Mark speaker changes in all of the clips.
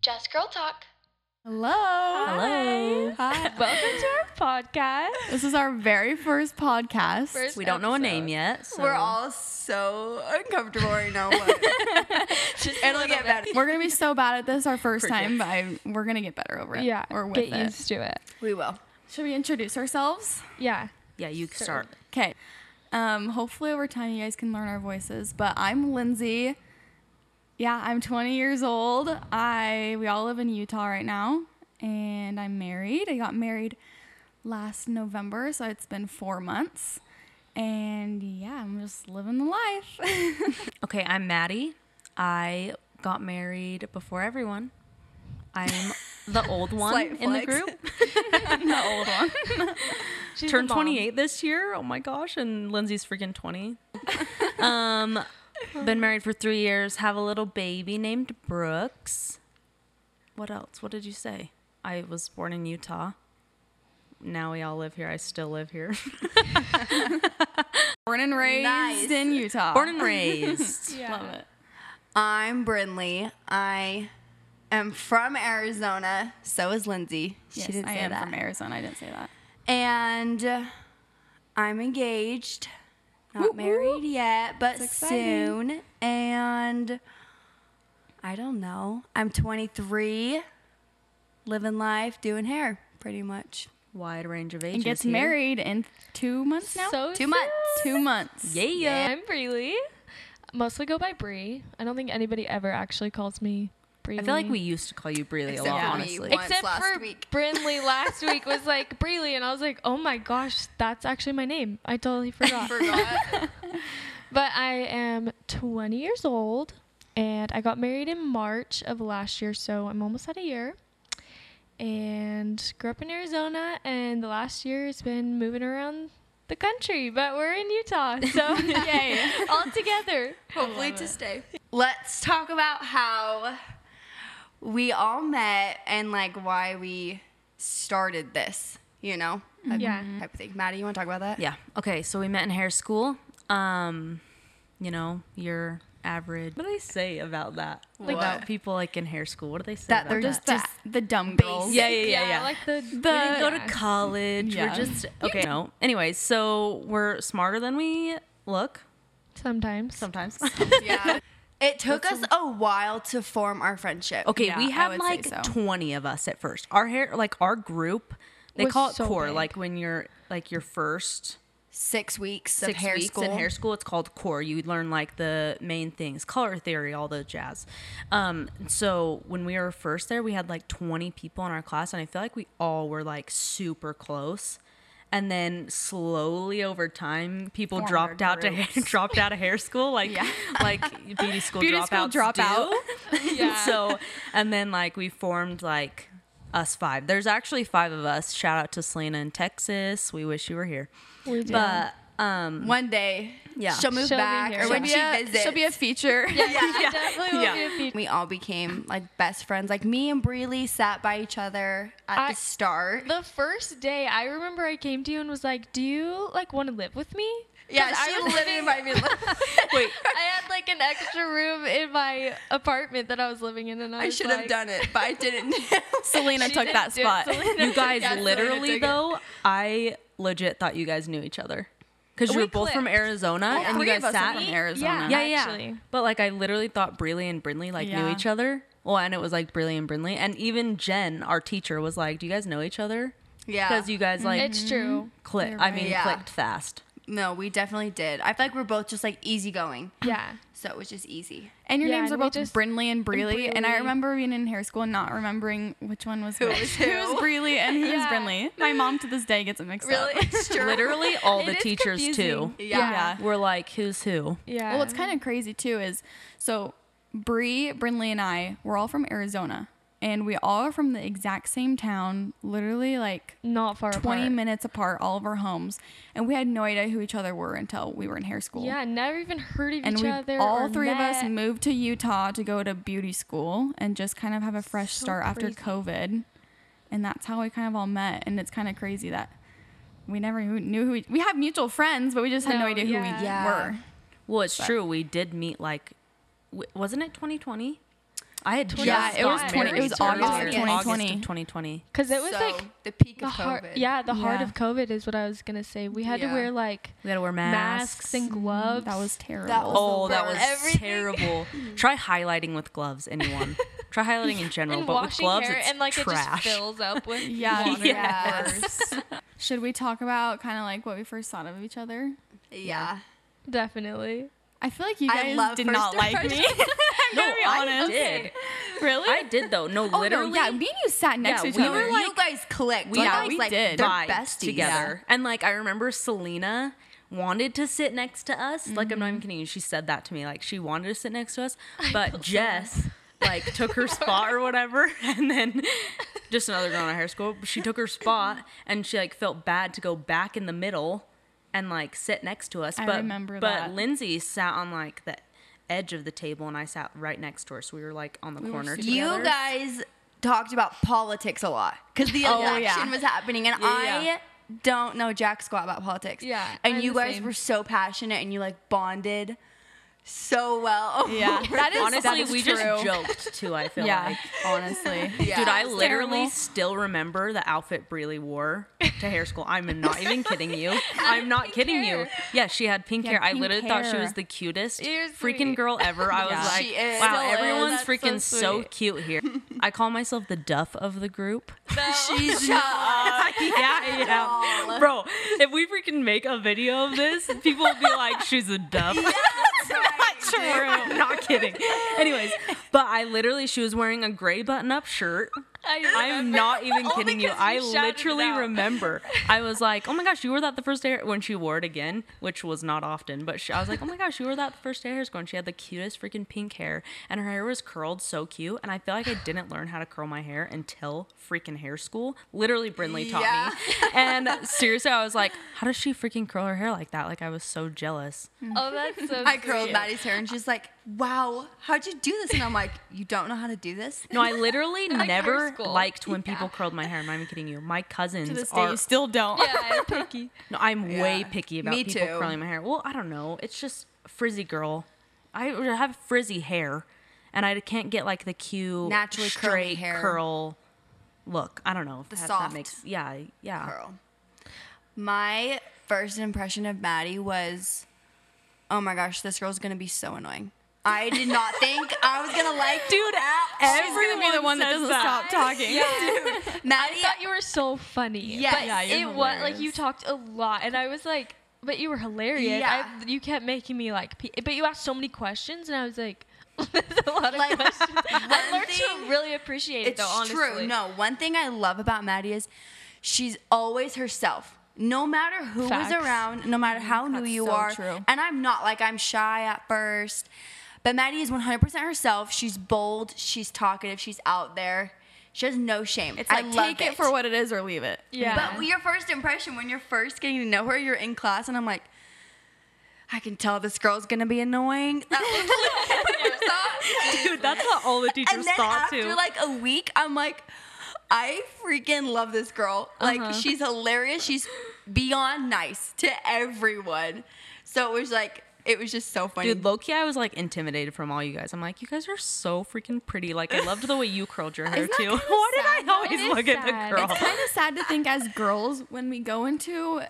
Speaker 1: Just Girl Talk.
Speaker 2: Hello.
Speaker 3: Hello.
Speaker 2: Hi.
Speaker 3: Welcome to our podcast.
Speaker 2: This is our very first podcast.
Speaker 1: First-
Speaker 3: We don't know a
Speaker 1: episode.
Speaker 3: name yet. So.
Speaker 4: We're all so uncomfortable right now. but
Speaker 1: Just
Speaker 4: It'll get better.
Speaker 2: We're going to be so bad at this our first time, but I, we're going to get better over it.
Speaker 5: Yeah.
Speaker 2: Or with
Speaker 5: get
Speaker 2: it.
Speaker 5: used to it.
Speaker 4: We will.
Speaker 2: Should we introduce ourselves?
Speaker 5: Yeah.
Speaker 3: Yeah, you start.
Speaker 2: Okay. Um, hopefully over time you guys can learn our voices, but I'm Lindsay. Yeah, I'm 20 years old. I we all live in Utah right now, and I'm married. I got married last November, so it's been 4 months. And yeah, I'm just living the life.
Speaker 3: Okay, I'm Maddie. I got married before everyone. I'm the old one
Speaker 4: Slight
Speaker 3: in the
Speaker 4: flex.
Speaker 3: group.
Speaker 2: the old one.
Speaker 5: She's
Speaker 3: Turned
Speaker 5: the mom.
Speaker 3: 28 this year. Oh my gosh, and Lindsay's freaking 20. um, been married for three years. Have a little baby named Brooks. What else? What did you say? I was born in Utah. Now we all live here. I still live here.
Speaker 2: Born and raised
Speaker 4: Nice.
Speaker 2: in Utah.
Speaker 3: born and raised.
Speaker 5: Yeah.
Speaker 2: Love it.
Speaker 4: I'm Brinley. I am from Arizona. So is Lindsay. She
Speaker 2: Yes,
Speaker 4: didn't
Speaker 2: I
Speaker 4: say
Speaker 2: am
Speaker 4: that.
Speaker 2: from Arizona. I didn't say that.
Speaker 4: and uh, I'm engaged. Not
Speaker 2: Woo, woo.
Speaker 4: married yet, but
Speaker 2: It's exciting.
Speaker 4: soon. And I don't know. I'm 23, living life, doing hair, pretty much.
Speaker 3: Wide range of ages.
Speaker 2: And gets
Speaker 3: here.
Speaker 2: married in two months now.
Speaker 5: So
Speaker 4: Two months.
Speaker 2: two months.
Speaker 3: Yeah.
Speaker 5: soon. I'm Breely. Mostly go by Bree. I don't think anybody ever actually calls me Bree.
Speaker 3: I feel like we used to call you Breely a
Speaker 4: Except
Speaker 3: lot,
Speaker 4: for me,
Speaker 3: honestly.
Speaker 4: once
Speaker 5: Except
Speaker 4: last
Speaker 5: for
Speaker 4: week.
Speaker 5: Brinley last week was like Breely, and I was like, oh my gosh, that's actually my name. I totally forgot. but I am 20 years old, and I got married in March of last year, so I'm almost at a year. And grew up in Arizona, and the last year has been moving around the country, but we're in Utah, so yay, all together.
Speaker 4: Hopefully to stay. Let's talk about how we all met and like why we started this, you know? Type-
Speaker 5: Yeah.
Speaker 4: Type of thing. Maddie, you want to talk about that?
Speaker 3: Yeah. Okay. So we met in hair school. Um, you know, your average. What do they say about that?
Speaker 4: Like-
Speaker 3: about people like in hair school. What do they say?
Speaker 4: That
Speaker 3: about
Speaker 4: they're
Speaker 2: Just
Speaker 3: that?
Speaker 2: the, the dumb girls.
Speaker 3: yeah, yeah, yeah, yeah.
Speaker 5: like the the
Speaker 3: we didn't go to college.
Speaker 2: Yeah.
Speaker 3: We're just okay. No. Anyways, so we're smarter than we look
Speaker 5: sometimes.
Speaker 3: sometimes.
Speaker 4: Yeah. It took us a while to form our friendship.
Speaker 3: okay,
Speaker 2: Yeah, I
Speaker 3: we had
Speaker 2: would say
Speaker 3: like
Speaker 2: so.
Speaker 3: twenty of us at first. Our hair, like our group, they
Speaker 5: Was
Speaker 3: call it
Speaker 5: so
Speaker 3: core.
Speaker 5: big.
Speaker 3: Like when you're like your first
Speaker 4: Six weeks of
Speaker 3: six
Speaker 4: hair
Speaker 3: weeks
Speaker 4: school.
Speaker 3: in hair school. It's called core. You learn like the main things, color theory, all the jazz. Um, so when we were first there, we had like 20 people in our class, and I feel like we all were like super close. And then slowly over time, people
Speaker 2: Formed
Speaker 3: dropped
Speaker 2: our
Speaker 3: out to hair, dropped out of hair school, like like beauty school
Speaker 2: Beauty school
Speaker 3: dropouts
Speaker 2: dropout.
Speaker 3: do.
Speaker 5: Yeah.
Speaker 3: so, and then like we formed like us five. There's actually five of us. Shout out to Selena in Texas. We wish you were here.
Speaker 5: We did.
Speaker 3: But um,
Speaker 4: One day,
Speaker 3: Yeah.
Speaker 4: she'll move
Speaker 5: She'll be
Speaker 4: back,
Speaker 5: here.
Speaker 4: or when
Speaker 2: She'll
Speaker 4: she
Speaker 2: be a-
Speaker 4: visits,
Speaker 2: She'll be a feature.
Speaker 5: yeah, I definitely will
Speaker 3: Yeah.
Speaker 5: be a feature.
Speaker 4: we all became like best friends. Like me and Breely sat by each other at
Speaker 5: I-
Speaker 4: the start.
Speaker 5: The first day, I remember I came to you and was like, "Do you like want to live with me?" 'Cause
Speaker 4: yeah,
Speaker 5: I
Speaker 4: she
Speaker 5: was
Speaker 4: literally
Speaker 5: living-
Speaker 4: might be.
Speaker 3: Wait,
Speaker 5: I had like an extra room in my apartment that I was living in, and I,
Speaker 4: I
Speaker 5: was
Speaker 4: should have
Speaker 5: like-
Speaker 4: done it, but I didn't.
Speaker 2: Selena
Speaker 5: She
Speaker 2: took
Speaker 5: didn't
Speaker 2: that
Speaker 5: do it,
Speaker 2: spot.
Speaker 5: Selena.
Speaker 3: you guys
Speaker 4: Yeah, Selena took
Speaker 3: literally
Speaker 4: it.
Speaker 3: though, I legit thought you guys knew each other because you
Speaker 5: We
Speaker 3: were both from
Speaker 5: clicked.
Speaker 3: Arizona
Speaker 2: All
Speaker 3: and you
Speaker 2: three of
Speaker 3: guys
Speaker 2: us are
Speaker 3: sat.
Speaker 2: from
Speaker 3: Yeah,
Speaker 2: Arizona.
Speaker 3: yeah.
Speaker 5: Actually.
Speaker 3: But like, I literally thought Briley and Brinley like knew
Speaker 2: Yeah.
Speaker 3: each other. Well, and it was like Briley and Brinley, and even Jen, our teacher, was like, "Do you guys know each other?"
Speaker 4: yeah,
Speaker 3: Because you guys like
Speaker 5: It's true.
Speaker 3: clicked.
Speaker 5: You're
Speaker 3: I
Speaker 5: right.
Speaker 3: mean,
Speaker 4: Yeah.
Speaker 3: clicked fast.
Speaker 4: No, we definitely did. I feel like we're both just like easygoing,
Speaker 2: mm-hmm.
Speaker 5: yeah,
Speaker 4: so it was just easy.
Speaker 2: And your
Speaker 5: Yeah,
Speaker 2: names are
Speaker 5: and we
Speaker 2: both
Speaker 5: just-
Speaker 2: Brinley and Breely. And, I
Speaker 5: Breely.
Speaker 2: remember being in hair school and not remembering which one was who.
Speaker 4: was who.
Speaker 2: was Breely and who was
Speaker 5: Yeah.
Speaker 2: Brinley. My mom to this day gets it mixed up.
Speaker 4: It's true.
Speaker 3: Literally, all
Speaker 5: It
Speaker 3: the
Speaker 5: is
Speaker 3: teachers too.
Speaker 5: confusing.
Speaker 4: Yeah.
Speaker 2: Yeah.
Speaker 3: were like, "Who's who?"
Speaker 5: yeah.
Speaker 2: Well, what's kind of crazy too is so Bree, Brinley, and I, we're all from Arizona. And we all are from the exact same town, literally like
Speaker 5: of not far
Speaker 2: 20
Speaker 5: apart.
Speaker 2: minutes apart, all of our homes. And we had no idea who each other were until we were in hair school.
Speaker 5: Yeah, never even heard of
Speaker 2: And
Speaker 5: each
Speaker 2: we
Speaker 5: other.
Speaker 2: all
Speaker 5: or
Speaker 2: three of us
Speaker 5: met.
Speaker 2: moved to Utah to go to beauty school and just kind of have a fresh start after
Speaker 5: crazy.
Speaker 2: COVID. And that's how we kind of all met. And it's kind of crazy that we never who- knew who we, we have mutual friends, but we just had no,
Speaker 5: No,
Speaker 2: idea who
Speaker 5: yeah.
Speaker 2: we
Speaker 4: Yeah.
Speaker 2: were.
Speaker 3: Well, it's true. We did meet like, w- wasn't it 2020? I had just
Speaker 2: Yeah, it was
Speaker 3: got
Speaker 2: 20 it
Speaker 3: married.
Speaker 2: was August
Speaker 3: August
Speaker 2: of
Speaker 3: of
Speaker 2: 2020.
Speaker 3: 2020.
Speaker 5: Because it was
Speaker 4: So,
Speaker 5: like
Speaker 4: the peak
Speaker 5: the
Speaker 4: of
Speaker 5: heart.
Speaker 4: COVID.
Speaker 5: Yeah, the heart
Speaker 2: Yeah.
Speaker 5: of COVID is what I was gonna say. We had
Speaker 4: Yeah.
Speaker 5: to wear like
Speaker 3: We had to wear masks.
Speaker 5: masks, and gloves.
Speaker 2: Mm-hmm. That was terrible.
Speaker 4: That was
Speaker 3: oh, that was
Speaker 4: worst. Everything-
Speaker 3: terrible. Try highlighting with gloves, anyone. Try highlighting in general,
Speaker 5: and
Speaker 3: but with
Speaker 5: washing
Speaker 3: gloves,
Speaker 5: hair
Speaker 3: it's
Speaker 5: and like
Speaker 3: trash.
Speaker 5: it just fills up with
Speaker 2: yeah.
Speaker 5: water.
Speaker 4: Yeah.
Speaker 2: worse. Should we talk about kind of like what we first thought of each other?
Speaker 4: Yeah.
Speaker 5: Definitely.
Speaker 2: I feel like you
Speaker 4: I
Speaker 2: guys
Speaker 4: love
Speaker 2: did
Speaker 4: first
Speaker 2: not like me.
Speaker 4: impressions.
Speaker 3: no,
Speaker 2: be
Speaker 3: I
Speaker 2: honest.
Speaker 3: did.
Speaker 2: really?
Speaker 3: I did though. No,
Speaker 2: oh,
Speaker 3: literally.
Speaker 2: no, yeah. Me and you sat next to each
Speaker 3: we
Speaker 2: other.
Speaker 3: were,
Speaker 4: you guys clicked.
Speaker 3: we
Speaker 4: Like,
Speaker 2: yeah,
Speaker 4: I was
Speaker 2: we
Speaker 4: like,
Speaker 2: did.
Speaker 4: They're
Speaker 3: vibed
Speaker 4: besties.
Speaker 3: together. And like I remember Selena wanted to sit next to us. Like I'm not
Speaker 2: Mm-hmm.
Speaker 3: even kidding you. She said that to me. Like she wanted to sit next to us, but Jess like took her spot or whatever, and then just another girl in our high school. She took her spot, and she like felt bad to go back in the middle and like sit next to us.
Speaker 2: I
Speaker 3: but
Speaker 2: remember
Speaker 3: but
Speaker 2: that.
Speaker 3: Lindsay sat on like the edge of the table, and I sat right next to her, so we were like on the
Speaker 2: were
Speaker 3: corner.
Speaker 2: super-
Speaker 4: You
Speaker 2: together.
Speaker 4: guys talked about politics a lot because the
Speaker 2: Oh,
Speaker 4: election
Speaker 2: yeah.
Speaker 4: was happening, and
Speaker 3: Yeah, yeah.
Speaker 4: I don't know jack squat about politics.
Speaker 5: Yeah,
Speaker 4: and
Speaker 5: I'm
Speaker 4: you
Speaker 5: the
Speaker 4: guys
Speaker 5: same.
Speaker 4: were so passionate, and you like bonded so well.
Speaker 2: yeah. That is
Speaker 3: Honestly,
Speaker 2: that is
Speaker 3: we
Speaker 2: true.
Speaker 3: just joked too. I feel
Speaker 2: yeah.
Speaker 3: like.
Speaker 2: Honestly.
Speaker 4: Yeah.
Speaker 3: Dude, I
Speaker 2: was
Speaker 3: literally
Speaker 2: terrible.
Speaker 3: still remember the outfit Breely wore to hair school. I'm not even kidding you. I'm not kidding you.
Speaker 5: hair.
Speaker 3: Yeah, she had pink
Speaker 2: Yeah,
Speaker 3: hair. I
Speaker 2: pink
Speaker 3: literally thought she
Speaker 2: hair.
Speaker 3: was the cutest
Speaker 5: You're
Speaker 3: freaking
Speaker 5: sweet.
Speaker 3: girl ever. I was
Speaker 2: Yeah.
Speaker 3: like,
Speaker 4: She is.
Speaker 3: wow,
Speaker 4: Still is.
Speaker 3: everyone's
Speaker 5: That's
Speaker 3: freaking
Speaker 5: so
Speaker 3: so,
Speaker 5: sweet.
Speaker 3: cute here. I call myself the Duff of the group.
Speaker 4: She's just
Speaker 3: yeah, yeah. Bro, if we freaking make a video of this, people will be like, she's a Duff. I'm not kidding. Anyways, but I literally, she was wearing a gray button up shirt. I'm not even kidding you.
Speaker 5: because
Speaker 3: I
Speaker 5: you shouted it
Speaker 3: literally
Speaker 5: out.
Speaker 3: remember. I was like, "Oh my gosh, you wore that the first day when she wore it again," which was not often. But she, I was like, "Oh my gosh, you wore that the first day of hair school." And she had the cutest freaking pink hair, and her hair was curled so cute. And I feel like I didn't learn how to curl my hair until freaking hair school. Literally, Brinley taught
Speaker 4: Yeah.
Speaker 3: me. And seriously, I was like, "How does she freaking curl her hair like that?" Like I was so jealous.
Speaker 5: Oh, that's so.
Speaker 4: I curled
Speaker 5: sweet.
Speaker 4: Maddie's hair, and she's like, "Wow, how'd you do this?" And I'm like, "You don't know how to do this."
Speaker 3: No, I literally
Speaker 5: Like hair
Speaker 3: never
Speaker 5: school.
Speaker 3: liked when people curled my hair. I'm not even kidding you. My cousins
Speaker 2: To this day,
Speaker 3: are
Speaker 2: you still don't.
Speaker 5: Yeah, I'm picky.
Speaker 3: No, I'm way
Speaker 4: Yeah.
Speaker 3: picky about
Speaker 4: Me
Speaker 3: people
Speaker 4: too.
Speaker 3: curling my hair. Well, I don't know. It's just frizzy girl. I have frizzy hair, and I can't get like the cute
Speaker 4: Naturally curly
Speaker 3: straight
Speaker 4: hair.
Speaker 3: curl look. I don't know. If
Speaker 4: The
Speaker 3: that,
Speaker 4: soft
Speaker 3: that makes yeah yeah.
Speaker 4: girl. My first impression of Maddie was, oh my gosh, this girl's gonna be so annoying. I did not think I was gonna like dude.
Speaker 2: She's gonna be the one that doesn't stop talking.
Speaker 4: Maddie.
Speaker 5: I thought you were so funny.
Speaker 4: Yes.
Speaker 5: but
Speaker 4: Yeah,
Speaker 2: you're
Speaker 5: it was like
Speaker 2: hilarious.
Speaker 5: you talked a lot, and I was like, but you were hilarious.
Speaker 4: Yeah.
Speaker 5: I, you kept making me like, pe- but you asked so many questions, and I was like, there's a lot of
Speaker 4: Like,
Speaker 5: questions. I
Speaker 4: one
Speaker 5: learned
Speaker 4: thing-
Speaker 5: to really appreciate it,
Speaker 4: it's
Speaker 5: though. Honestly,
Speaker 4: true. No, one thing I love about Maddie is she's always herself. No matter who is
Speaker 5: Facts.
Speaker 4: around, no matter how new
Speaker 2: That's
Speaker 4: you
Speaker 2: so
Speaker 4: are.
Speaker 2: true.
Speaker 4: And I'm not like I'm shy at first. But Maddie is 100% herself. She's bold, she's talkative, she's out there. She has no shame.
Speaker 2: It's
Speaker 4: I
Speaker 2: like
Speaker 4: love
Speaker 2: take it. for what it is or leave it.
Speaker 5: Yeah.
Speaker 4: But your first impression when you're first getting to know her, you're in class, and I'm like, I can tell this girl's gonna be annoying. That was what I
Speaker 3: Dude, that's what all the
Speaker 4: thought.
Speaker 3: teachers
Speaker 4: And then
Speaker 3: thought
Speaker 4: after
Speaker 3: too.
Speaker 4: like a week, I'm like, I freaking love this girl. Like she's hilarious. She's beyond nice to everyone. So it was like, it was just so funny.
Speaker 3: Dude, Loki, I was like intimidated from all you guys. I'm like, you guys are so freaking pretty. Like, I loved the way you curled your hair
Speaker 2: Isn't that
Speaker 3: too.
Speaker 2: kinda
Speaker 3: Why did I
Speaker 2: sad, though?
Speaker 3: always
Speaker 5: It is
Speaker 3: look at
Speaker 5: sad.
Speaker 3: the girl?
Speaker 2: It's kind of sad to think as girls when we go into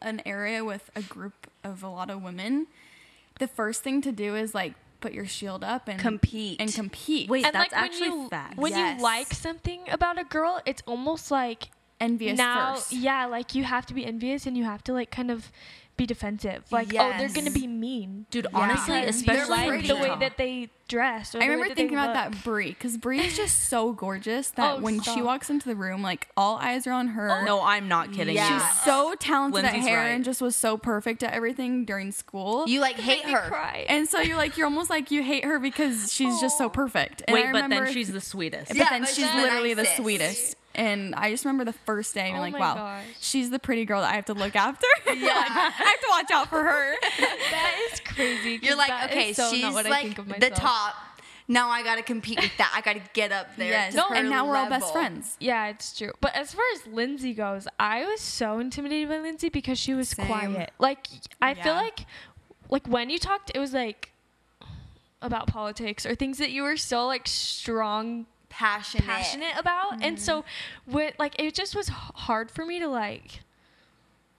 Speaker 2: an area with a group of a lot of women, the first thing to do is like put your shield up and
Speaker 4: Compete.
Speaker 2: and compete.
Speaker 3: Wait,
Speaker 5: and
Speaker 3: that's
Speaker 5: like
Speaker 3: actually
Speaker 5: when you
Speaker 3: fact.
Speaker 5: when
Speaker 4: Yes.
Speaker 5: you like something about a girl, it's almost like
Speaker 2: envious
Speaker 5: now,
Speaker 2: first.
Speaker 5: yeah, like you have to be envious and you have to like kind of be defensive. Like, oh, they're gonna
Speaker 4: Yes.
Speaker 5: be mean.
Speaker 3: Dude, honestly,
Speaker 5: Because you
Speaker 3: especially
Speaker 5: like
Speaker 3: in
Speaker 5: the way
Speaker 3: Utah.
Speaker 5: that they dress. Or
Speaker 2: I
Speaker 5: the way
Speaker 2: remember
Speaker 5: that they
Speaker 2: thinking about
Speaker 5: look.
Speaker 2: that Brie because Brie is just so gorgeous that
Speaker 5: Oh,
Speaker 2: when she
Speaker 5: stop.
Speaker 2: walks into the room, like all eyes are on her.
Speaker 3: Oh, No, I'm not kidding.
Speaker 4: Yeah.
Speaker 3: you.
Speaker 2: She's so talented
Speaker 3: Lindsay's
Speaker 2: at hair
Speaker 3: right.
Speaker 2: and just was so perfect at everything during school.
Speaker 4: you like hate
Speaker 5: Made me
Speaker 4: her.
Speaker 5: cry.
Speaker 2: and so you're like you're almost like you hate her because she's just so perfect. And I
Speaker 3: Wait, but then
Speaker 2: remember-
Speaker 3: she's the sweetest.
Speaker 2: But
Speaker 4: Yeah,
Speaker 2: then
Speaker 4: but
Speaker 2: she's
Speaker 4: then
Speaker 2: literally
Speaker 4: I
Speaker 2: the
Speaker 4: sit.
Speaker 2: sweetest. And I just remember the first day, I'm
Speaker 5: Oh
Speaker 2: like,
Speaker 5: my
Speaker 2: wow,
Speaker 5: gosh.
Speaker 2: she's the pretty girl that I have to look after. Yeah. I have to watch out for her.
Speaker 5: that is crazy. 'cause
Speaker 4: You're like,
Speaker 5: that is
Speaker 4: okay,
Speaker 5: so
Speaker 4: she's
Speaker 5: not what I think
Speaker 4: like
Speaker 5: of
Speaker 4: the
Speaker 5: myself.
Speaker 4: top. Now I gotta compete with that. I gotta get up there.
Speaker 2: Yes.
Speaker 4: to
Speaker 2: No,
Speaker 4: her
Speaker 2: and now we're all best
Speaker 4: level.
Speaker 2: friends.
Speaker 5: Yeah, it's true. But as far as Lindsay goes, I was so intimidated by Lindsay because she was
Speaker 4: Same.
Speaker 5: quiet. Like I
Speaker 2: Yeah.
Speaker 5: feel like like when you talked, it was like about politics or things that you were so like strong
Speaker 4: Passionate.
Speaker 5: passionate about and so
Speaker 2: Mm-hmm.
Speaker 5: with like it just was h- hard for me to like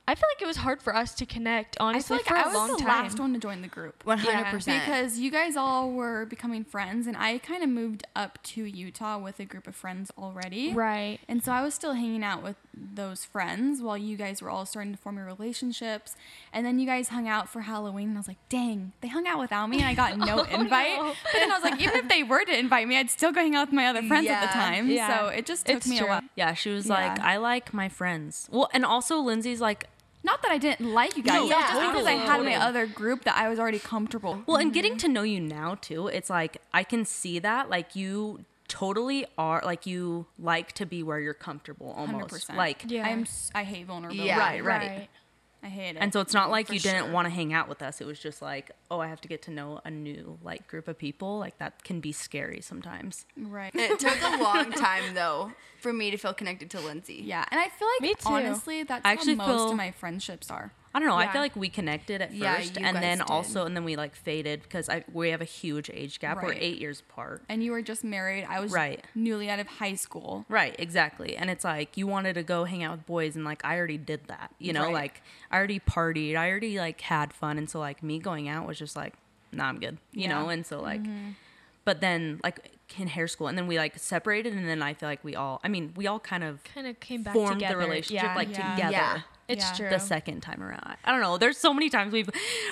Speaker 5: i feel like it was hard for us to connect
Speaker 2: I
Speaker 5: honestly
Speaker 2: feel like
Speaker 5: for
Speaker 2: I
Speaker 5: a long
Speaker 2: was the
Speaker 5: time
Speaker 2: last one to join the group.
Speaker 4: 100%.
Speaker 2: Because you guys all were becoming friends, and I kind of moved up to Utah with a group of friends already.
Speaker 5: right
Speaker 2: And so I was still hanging out with those friends while you guys were all starting to form your relationships. And then you guys hung out for Halloween, and I was like, dang, they hung out without me, and I got no invite.
Speaker 5: Oh, no.
Speaker 2: But then I was like, even if they were to invite me, I'd still go hang out with my other friends at the
Speaker 4: Yeah.
Speaker 2: time.
Speaker 5: Yeah.
Speaker 2: So it just took
Speaker 5: It's
Speaker 2: me
Speaker 5: true.
Speaker 2: a while.
Speaker 3: Yeah, she was like,
Speaker 2: Yeah.
Speaker 3: I like my friends. Well, and also Lindsay's like,
Speaker 2: Not that I didn't like you guys,
Speaker 4: No,
Speaker 2: it was just
Speaker 4: yeah,
Speaker 2: because I had my
Speaker 3: totally.
Speaker 2: other group that I was already comfortable.
Speaker 3: well, and getting to know you now too, it's like I can see that. Like you totally are like you like to be where you're comfortable almost.
Speaker 2: 100%.
Speaker 3: Like
Speaker 5: Yeah.
Speaker 2: I'm s- I hate vulnerability.
Speaker 4: Yeah.
Speaker 3: right, right.
Speaker 5: right.
Speaker 2: I hate it.
Speaker 3: And so it's not like
Speaker 4: For
Speaker 3: you didn't
Speaker 4: sure.
Speaker 3: want to hang out with us. It was just like, oh, I have to get to know a new like group of people. Like that can be scary sometimes.
Speaker 2: right.
Speaker 4: It took a long time though for me to feel connected to Lindsay.
Speaker 2: Yeah, and I feel like
Speaker 5: Me too.
Speaker 2: honestly that's
Speaker 3: I
Speaker 2: how
Speaker 3: actually
Speaker 2: most
Speaker 3: feel-
Speaker 2: of my friendships are.
Speaker 3: I don't know. I
Speaker 5: Yeah.
Speaker 3: feel like we connected at
Speaker 4: Yeah,
Speaker 3: first,
Speaker 4: you
Speaker 3: and
Speaker 4: guys
Speaker 3: then
Speaker 4: did.
Speaker 3: also, and then we like faded because I we have a huge age gap. We're
Speaker 2: Right.
Speaker 3: eight years apart.
Speaker 2: And you were just married. I was
Speaker 3: Right.
Speaker 2: newly out of high school.
Speaker 3: Right, exactly. And it's like you wanted to go hang out with boys and like I already did that. You know,
Speaker 4: Right.
Speaker 3: like I already partied, I already like had fun and so like me going out was just like, nah, I'm good. You know,
Speaker 2: Yeah.
Speaker 3: and so like
Speaker 5: Mm-hmm.
Speaker 3: but then like in hair school and then we like separated and then I feel like we all I mean, we all kind of
Speaker 5: kind of came back
Speaker 3: formed
Speaker 5: together
Speaker 3: the relationship
Speaker 5: yeah.
Speaker 3: like
Speaker 2: Yeah.
Speaker 3: together.
Speaker 4: Yeah.
Speaker 5: it's
Speaker 2: Yeah.
Speaker 5: true
Speaker 3: The second time around, I- I don't know. There's so many times we've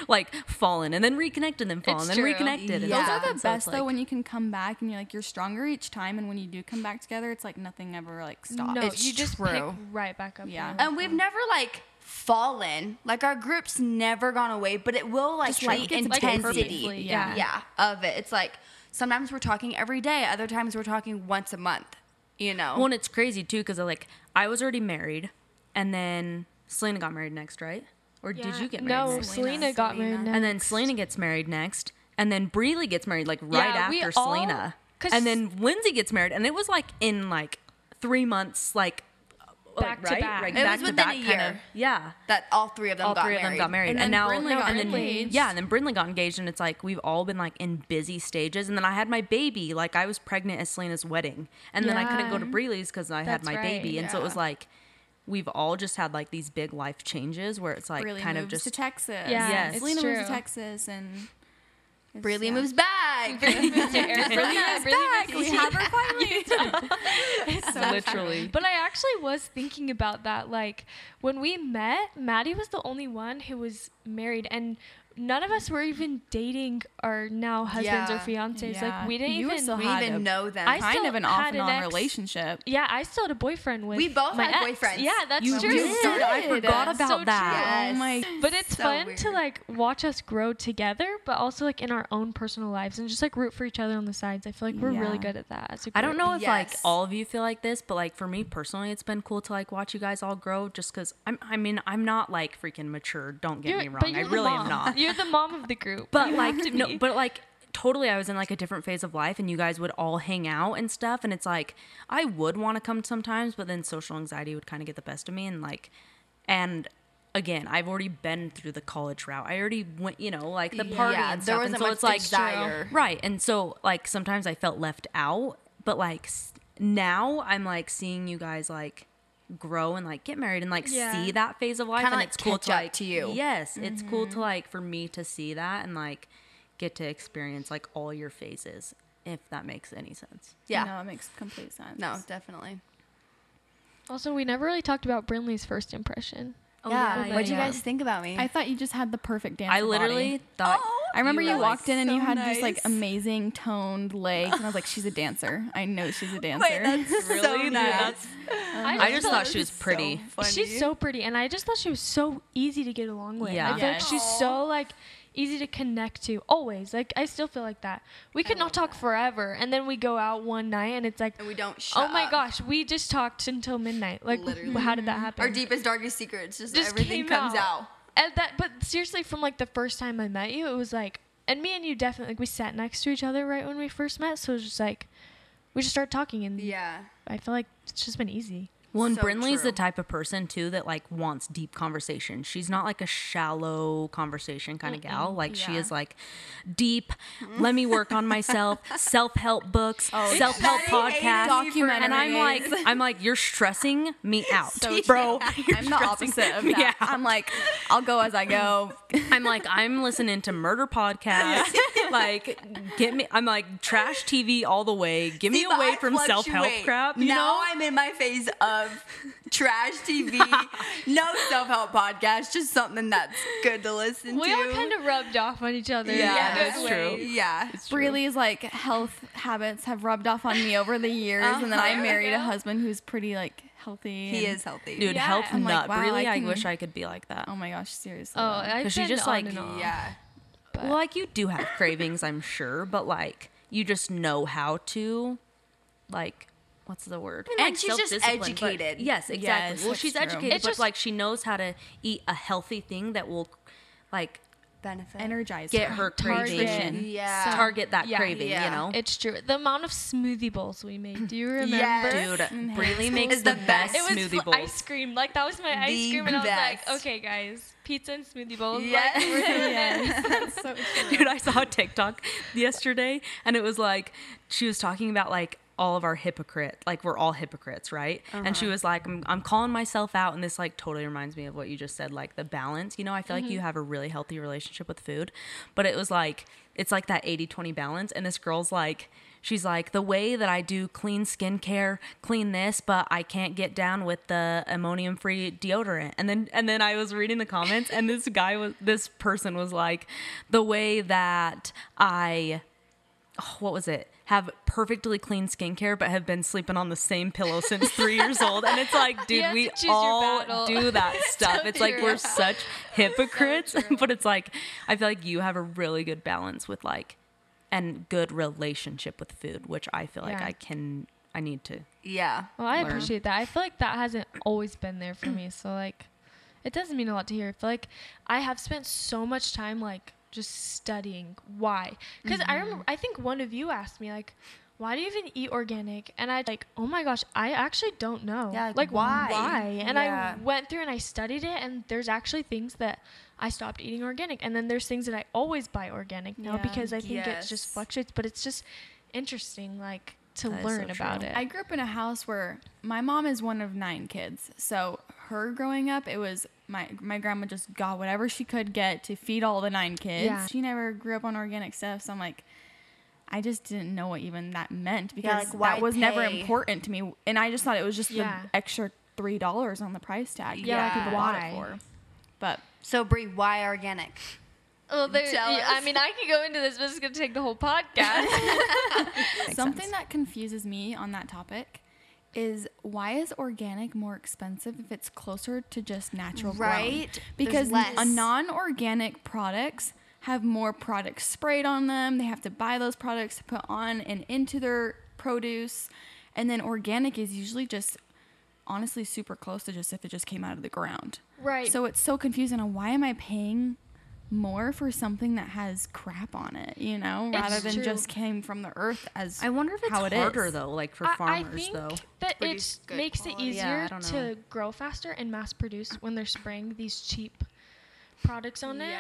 Speaker 3: like fallen and then reconnected and fallen
Speaker 5: It's
Speaker 3: and
Speaker 5: true.
Speaker 3: reconnected. and
Speaker 4: Yeah.
Speaker 2: Those
Speaker 3: stuff.
Speaker 2: are the
Speaker 3: And so it's
Speaker 2: best though
Speaker 3: like-
Speaker 2: when you can come back and you're like you're stronger each time and when you do come back together it's like nothing ever like stops.
Speaker 5: no
Speaker 4: It's
Speaker 5: you just pick
Speaker 4: true. Oh,
Speaker 5: right back up
Speaker 2: Yeah.
Speaker 5: there.
Speaker 4: And we've never like fallen. Like our group's never gone away, but it will like
Speaker 2: Just, like,
Speaker 4: the
Speaker 2: gets
Speaker 5: like
Speaker 4: intensity.
Speaker 5: purposely,
Speaker 4: yeah.
Speaker 5: yeah.
Speaker 4: Of it. It's like sometimes we're talking every day, other times we're talking once a month. You know?
Speaker 3: Well, and it's crazy too because like I was already married, and then Selena got married next, right? Or did you get married?
Speaker 5: no
Speaker 3: next?
Speaker 5: selena, got
Speaker 2: Selena.
Speaker 5: married
Speaker 3: And then Selena gets married next, and then Breely gets married like right
Speaker 5: Yeah, we
Speaker 3: after
Speaker 5: all-
Speaker 3: Selena,
Speaker 5: 'cause-
Speaker 3: and then Lindsay gets married, and it was like in like three months, like
Speaker 5: Back
Speaker 3: like,
Speaker 5: to
Speaker 3: right?
Speaker 5: back.
Speaker 3: Like,
Speaker 5: It was
Speaker 3: back to
Speaker 4: within
Speaker 3: back
Speaker 4: a
Speaker 3: kind of
Speaker 4: year.
Speaker 3: yeah.
Speaker 4: that all three of them
Speaker 3: All
Speaker 4: got
Speaker 3: three
Speaker 4: married.
Speaker 3: of them got married, and,
Speaker 2: And then
Speaker 3: now
Speaker 2: Brinley
Speaker 3: no,
Speaker 2: got
Speaker 3: and then
Speaker 2: engaged.
Speaker 3: yeah, and then Brinley got engaged, and it's like we've all been like in busy stages, and then I had my baby, like I was pregnant at Selena's wedding, and then I couldn't go to
Speaker 5: Yeah.
Speaker 3: Breely's because I
Speaker 5: That's
Speaker 3: had my
Speaker 5: right,
Speaker 3: baby, and so it was
Speaker 4: yeah.
Speaker 3: like we've all just had like these big life changes where it's like
Speaker 2: Really
Speaker 3: kind
Speaker 2: moves
Speaker 3: of just
Speaker 2: to Texas.
Speaker 5: Yeah,
Speaker 3: Yes. it's
Speaker 2: Selena moves to
Speaker 5: true.
Speaker 2: Texas and it's-
Speaker 4: Really
Speaker 2: yeah.
Speaker 4: moves back.
Speaker 5: Arizona,
Speaker 2: back. We have her finally.
Speaker 3: literally.
Speaker 5: But I actually was thinking about that. Like when we met, Maddie was the only one who was married, and none of us were even dating our now husbands or
Speaker 4: Yeah.
Speaker 5: fiances.
Speaker 2: Yeah.
Speaker 5: Like we didn't
Speaker 2: You were
Speaker 5: even.
Speaker 2: still
Speaker 4: we
Speaker 2: had
Speaker 4: even
Speaker 2: a-
Speaker 4: know them.
Speaker 5: I-
Speaker 2: kind
Speaker 5: still
Speaker 2: of an off
Speaker 5: had
Speaker 2: and
Speaker 5: an
Speaker 2: on
Speaker 5: ex-
Speaker 2: relationship.
Speaker 5: yeah, I still had a boyfriend with.
Speaker 4: We both
Speaker 5: my
Speaker 4: had
Speaker 5: ex.
Speaker 4: boyfriends.
Speaker 5: Yeah, that's
Speaker 3: You
Speaker 5: true.
Speaker 3: did. I forgot
Speaker 5: That's
Speaker 3: about
Speaker 5: so
Speaker 3: that.
Speaker 5: true.
Speaker 4: Yes.
Speaker 2: Oh my
Speaker 5: But it's
Speaker 4: So
Speaker 5: fun to
Speaker 4: weird.
Speaker 5: like watch us grow together, but also like in our own personal lives and just like root for each other on the sides. I feel like we're really
Speaker 2: Yeah.
Speaker 5: good at that. As a
Speaker 3: I don't
Speaker 5: group.
Speaker 3: know if like
Speaker 4: Yes.
Speaker 3: all of you feel like this, but like for me personally, it's been cool to like watch you guys all grow. Just because I'm, I mean, I'm not like freaking mature. Don't get me
Speaker 5: You're-
Speaker 3: wrong, I
Speaker 5: you're the
Speaker 3: really am
Speaker 5: mom.
Speaker 3: not.
Speaker 5: You're the mom of the group.
Speaker 3: But
Speaker 5: You
Speaker 3: like,
Speaker 5: have to
Speaker 3: no,
Speaker 5: be.
Speaker 3: but like, totally, I was in like a different phase of life, and you guys would all hang out and stuff. And it's like I would want to come sometimes, but then social anxiety would kind of get the best of me, and like, and. Again, I've already been through the college route. I already went, you know, like the party
Speaker 4: yeah,
Speaker 3: and
Speaker 4: there
Speaker 3: stuff.
Speaker 4: wasn't
Speaker 3: and so
Speaker 4: much
Speaker 3: it's like
Speaker 4: desire.
Speaker 3: Right. And so, like, sometimes I felt left out, but like s- now I'm like seeing you guys like grow and like get married and like
Speaker 5: Yeah.
Speaker 3: see that phase of life.
Speaker 4: Kinda,
Speaker 3: and
Speaker 4: like,
Speaker 3: it's cool
Speaker 4: catch
Speaker 3: to
Speaker 4: up
Speaker 3: like,
Speaker 4: to you. Mm-hmm.
Speaker 3: Yes. It's cool to like for me to see that and like get to experience like all your phases, if that makes any sense.
Speaker 4: Yeah.
Speaker 2: No, it makes complete sense.
Speaker 4: No, definitely.
Speaker 5: also, we never really talked about Brinley's first impression.
Speaker 4: yeah.
Speaker 3: yeah,
Speaker 4: What'd you
Speaker 3: yeah.
Speaker 4: guys think about me?
Speaker 2: I thought you just had the perfect dance.
Speaker 3: I literally thought.
Speaker 4: Oh,
Speaker 2: I remember you,
Speaker 4: guys
Speaker 2: walked in and
Speaker 4: so
Speaker 2: you had just like
Speaker 4: nice.
Speaker 2: amazing toned legs, and I was like, "She's a dancer. I know she's a dancer."
Speaker 4: Wait, that's so
Speaker 3: Dude,
Speaker 4: nice.
Speaker 3: that's- I just thought she was pretty.
Speaker 5: she's so pretty, and I just thought she was so easy to get along with.
Speaker 3: Yeah.
Speaker 5: I feel like
Speaker 2: Yes.
Speaker 5: she's so like easy to connect to. Always, like I still feel like that. We could not talk forever, and then we go out one night, and it's like,
Speaker 4: And we don't
Speaker 5: oh
Speaker 4: shut
Speaker 5: my
Speaker 4: up.
Speaker 5: gosh, we just talked until midnight. Like,
Speaker 4: Literally.
Speaker 5: how did that happen?
Speaker 4: Our deepest, darkest secrets. Just,
Speaker 5: just
Speaker 4: everything
Speaker 5: came
Speaker 4: comes out.
Speaker 5: And that, but seriously, from like the first time I met you, it was like, and me and you definitely like we sat next to each other right when we first met, so it was just like, we just started talking, and
Speaker 4: Yeah.
Speaker 5: I feel like it's just been easy.
Speaker 3: Well, and
Speaker 4: So
Speaker 3: Brinley's the
Speaker 4: true.
Speaker 3: type of person too that like wants deep conversation. She's not like a shallow conversation kind of gal. Like she
Speaker 2: yeah.
Speaker 3: is like deep. Let me work on myself. Self help books,
Speaker 2: Oh,
Speaker 3: self help
Speaker 4: Study
Speaker 3: podcasts,
Speaker 2: Amy
Speaker 3: And I'm like, I'm like, you're stressing me out, bro.
Speaker 2: I'm the opposite of that.
Speaker 3: Yeah.
Speaker 2: I'm like, I'll go as I go.
Speaker 3: I'm like, I'm listening to murder podcasts. like, get me. I'm like, trash TV all the way. Get me
Speaker 4: See, but
Speaker 3: away
Speaker 4: I
Speaker 3: from self help
Speaker 4: fluctuate.
Speaker 3: crap. You
Speaker 4: now
Speaker 3: know?
Speaker 4: I'm in my phase of trash TV, no self help podcast, just something that's good to listen
Speaker 5: We
Speaker 4: to.
Speaker 5: all kind of rubbed off on each other.
Speaker 4: yeah,
Speaker 5: in a good
Speaker 3: that's
Speaker 5: way.
Speaker 3: true.
Speaker 4: Yeah.
Speaker 2: Breeley's like health habits have rubbed off on me over the years, and then I
Speaker 5: Uh-huh.
Speaker 2: married a
Speaker 5: Yeah.
Speaker 2: husband who's pretty like healthy.
Speaker 4: He
Speaker 2: and-
Speaker 4: is healthy.
Speaker 3: Dude,
Speaker 5: Yeah.
Speaker 3: health
Speaker 2: I'm like,
Speaker 3: nut.
Speaker 2: wow,
Speaker 3: really,
Speaker 2: I
Speaker 3: I, wish
Speaker 2: can-
Speaker 3: I could be like that.
Speaker 2: Oh my gosh, seriously.
Speaker 5: Oh, I
Speaker 3: Because she
Speaker 5: she
Speaker 3: just,
Speaker 5: just
Speaker 3: like,
Speaker 5: and on.
Speaker 4: Yeah.
Speaker 3: Well, like you do have cravings, I'm sure, but like you just know how to, like, what's the word?
Speaker 4: And
Speaker 3: like,
Speaker 4: she's just
Speaker 3: self-discipline, but-
Speaker 4: educated.
Speaker 3: yes, exactly.
Speaker 2: Yes,
Speaker 3: well,
Speaker 2: that's
Speaker 3: she's
Speaker 2: true.
Speaker 3: educated,
Speaker 5: It's
Speaker 3: but
Speaker 5: just-
Speaker 3: like she knows how to eat a healthy thing that will, like,
Speaker 4: Benefit.
Speaker 2: energized.
Speaker 3: get her craving,
Speaker 4: Yeah.
Speaker 3: target that
Speaker 5: Yeah.
Speaker 3: craving.
Speaker 4: Yeah.
Speaker 3: You know,
Speaker 5: It's true. The amount of smoothie bowls we made. Do you remember?
Speaker 4: Yes.
Speaker 3: dude, Breely makes
Speaker 4: It's
Speaker 3: the
Speaker 4: the
Speaker 3: best
Speaker 4: best.
Speaker 5: It was
Speaker 3: smoothie
Speaker 5: fl-
Speaker 3: bowl.
Speaker 5: ice cream. Like that was my ice
Speaker 4: The
Speaker 5: cream, and I was
Speaker 4: best.
Speaker 5: like, okay, guys, pizza and smoothie bowls.
Speaker 4: Yes.
Speaker 5: Like, we're doing it.
Speaker 2: so
Speaker 3: Dude, I saw a TikTok yesterday and it was like she was talking about like all of our hypocrite, like we're all hypocrites, right? And she was like, I'm, I'm calling myself out. And this like totally reminds me of what you just said, like the balance. You know, I feel like you have a really healthy relationship with food, but it was like, it's like that 80 20 balance. And this girl's like, she's like, the way that I do clean skincare, clean this, but I can't get down with the ammonium free deodorant. And then, and then I was reading the comments and this guy was, this person was like, the way that I, what was it? Have perfectly clean skincare, but have been sleeping on the same pillow since three years old. And it's like,
Speaker 5: You
Speaker 3: dude,
Speaker 5: have
Speaker 3: we
Speaker 5: to choose your
Speaker 3: all
Speaker 5: battle.
Speaker 3: do that stuff. it's like
Speaker 5: true.
Speaker 3: we're such hypocrites, but it's like I feel like you have a really good balance with like and good relationship with food, which I feel like
Speaker 5: Yeah.
Speaker 3: I can. I need to.
Speaker 4: Yeah.
Speaker 5: Well, I
Speaker 3: learn.
Speaker 5: appreciate that. I feel like that hasn't always been there for me. So like, it doesn't mean a lot to hear. I feel like I have spent so much time like just studying why. Because I remember, I think one of you asked me like, why do you even eat organic? And I like, oh my gosh, I actually don't know.
Speaker 4: Yeah, like, why?
Speaker 5: Why? And
Speaker 4: Yeah.
Speaker 5: I went through and I studied it, and there's actually things that I stopped eating organic, and then there's things that I always buy organic now
Speaker 2: Yeah.
Speaker 5: because I think it
Speaker 4: Yes.
Speaker 5: just fluctuates. But it's just interesting, like to
Speaker 3: That is so
Speaker 5: learn about
Speaker 3: true.
Speaker 5: it.
Speaker 2: I grew up in a house where my mom is one of nine kids. So her growing up, it was my my grandma just got whatever she could get to feed all the nine kids.
Speaker 5: Yeah.
Speaker 2: She never grew up on organic stuff, so I'm like I just didn't know what even that meant because
Speaker 4: like, why
Speaker 2: that was never
Speaker 4: pay?
Speaker 2: important to me, and I just thought it was just
Speaker 5: Yeah.
Speaker 2: the extra three dollars on the price tag.
Speaker 4: Yeah, like,
Speaker 2: people bought
Speaker 5: why?
Speaker 2: it for. But
Speaker 4: So Brie, why organic?
Speaker 5: Well, there,
Speaker 4: Tell
Speaker 5: yeah, I
Speaker 4: us.
Speaker 5: mean, I could go into this, but it's going to take the whole podcast.
Speaker 2: Something that confuses me on that topic is why is organic more expensive if it's closer to just natural grown?
Speaker 4: Right? There's
Speaker 2: Because
Speaker 4: less.
Speaker 2: a non-organic products have more products sprayed on them. They have to buy those products to put on and into their produce. And then organic is usually just honestly super close to just if it just came out of the ground.
Speaker 5: Right.
Speaker 2: So it's so confusing on why am I paying more for something that has crap on it, you know, rather than
Speaker 5: true.
Speaker 2: just came from the earth as
Speaker 3: I wonder if it's
Speaker 2: how it is.
Speaker 3: harder though, like for
Speaker 5: I-
Speaker 3: farmers
Speaker 5: I think
Speaker 3: though.
Speaker 5: that
Speaker 4: Produce
Speaker 5: it
Speaker 4: good
Speaker 5: makes
Speaker 4: quality.
Speaker 5: it
Speaker 3: Yeah, I
Speaker 5: easier
Speaker 3: don't know.
Speaker 5: to grow faster and mass produce when they're spraying these cheap products on it.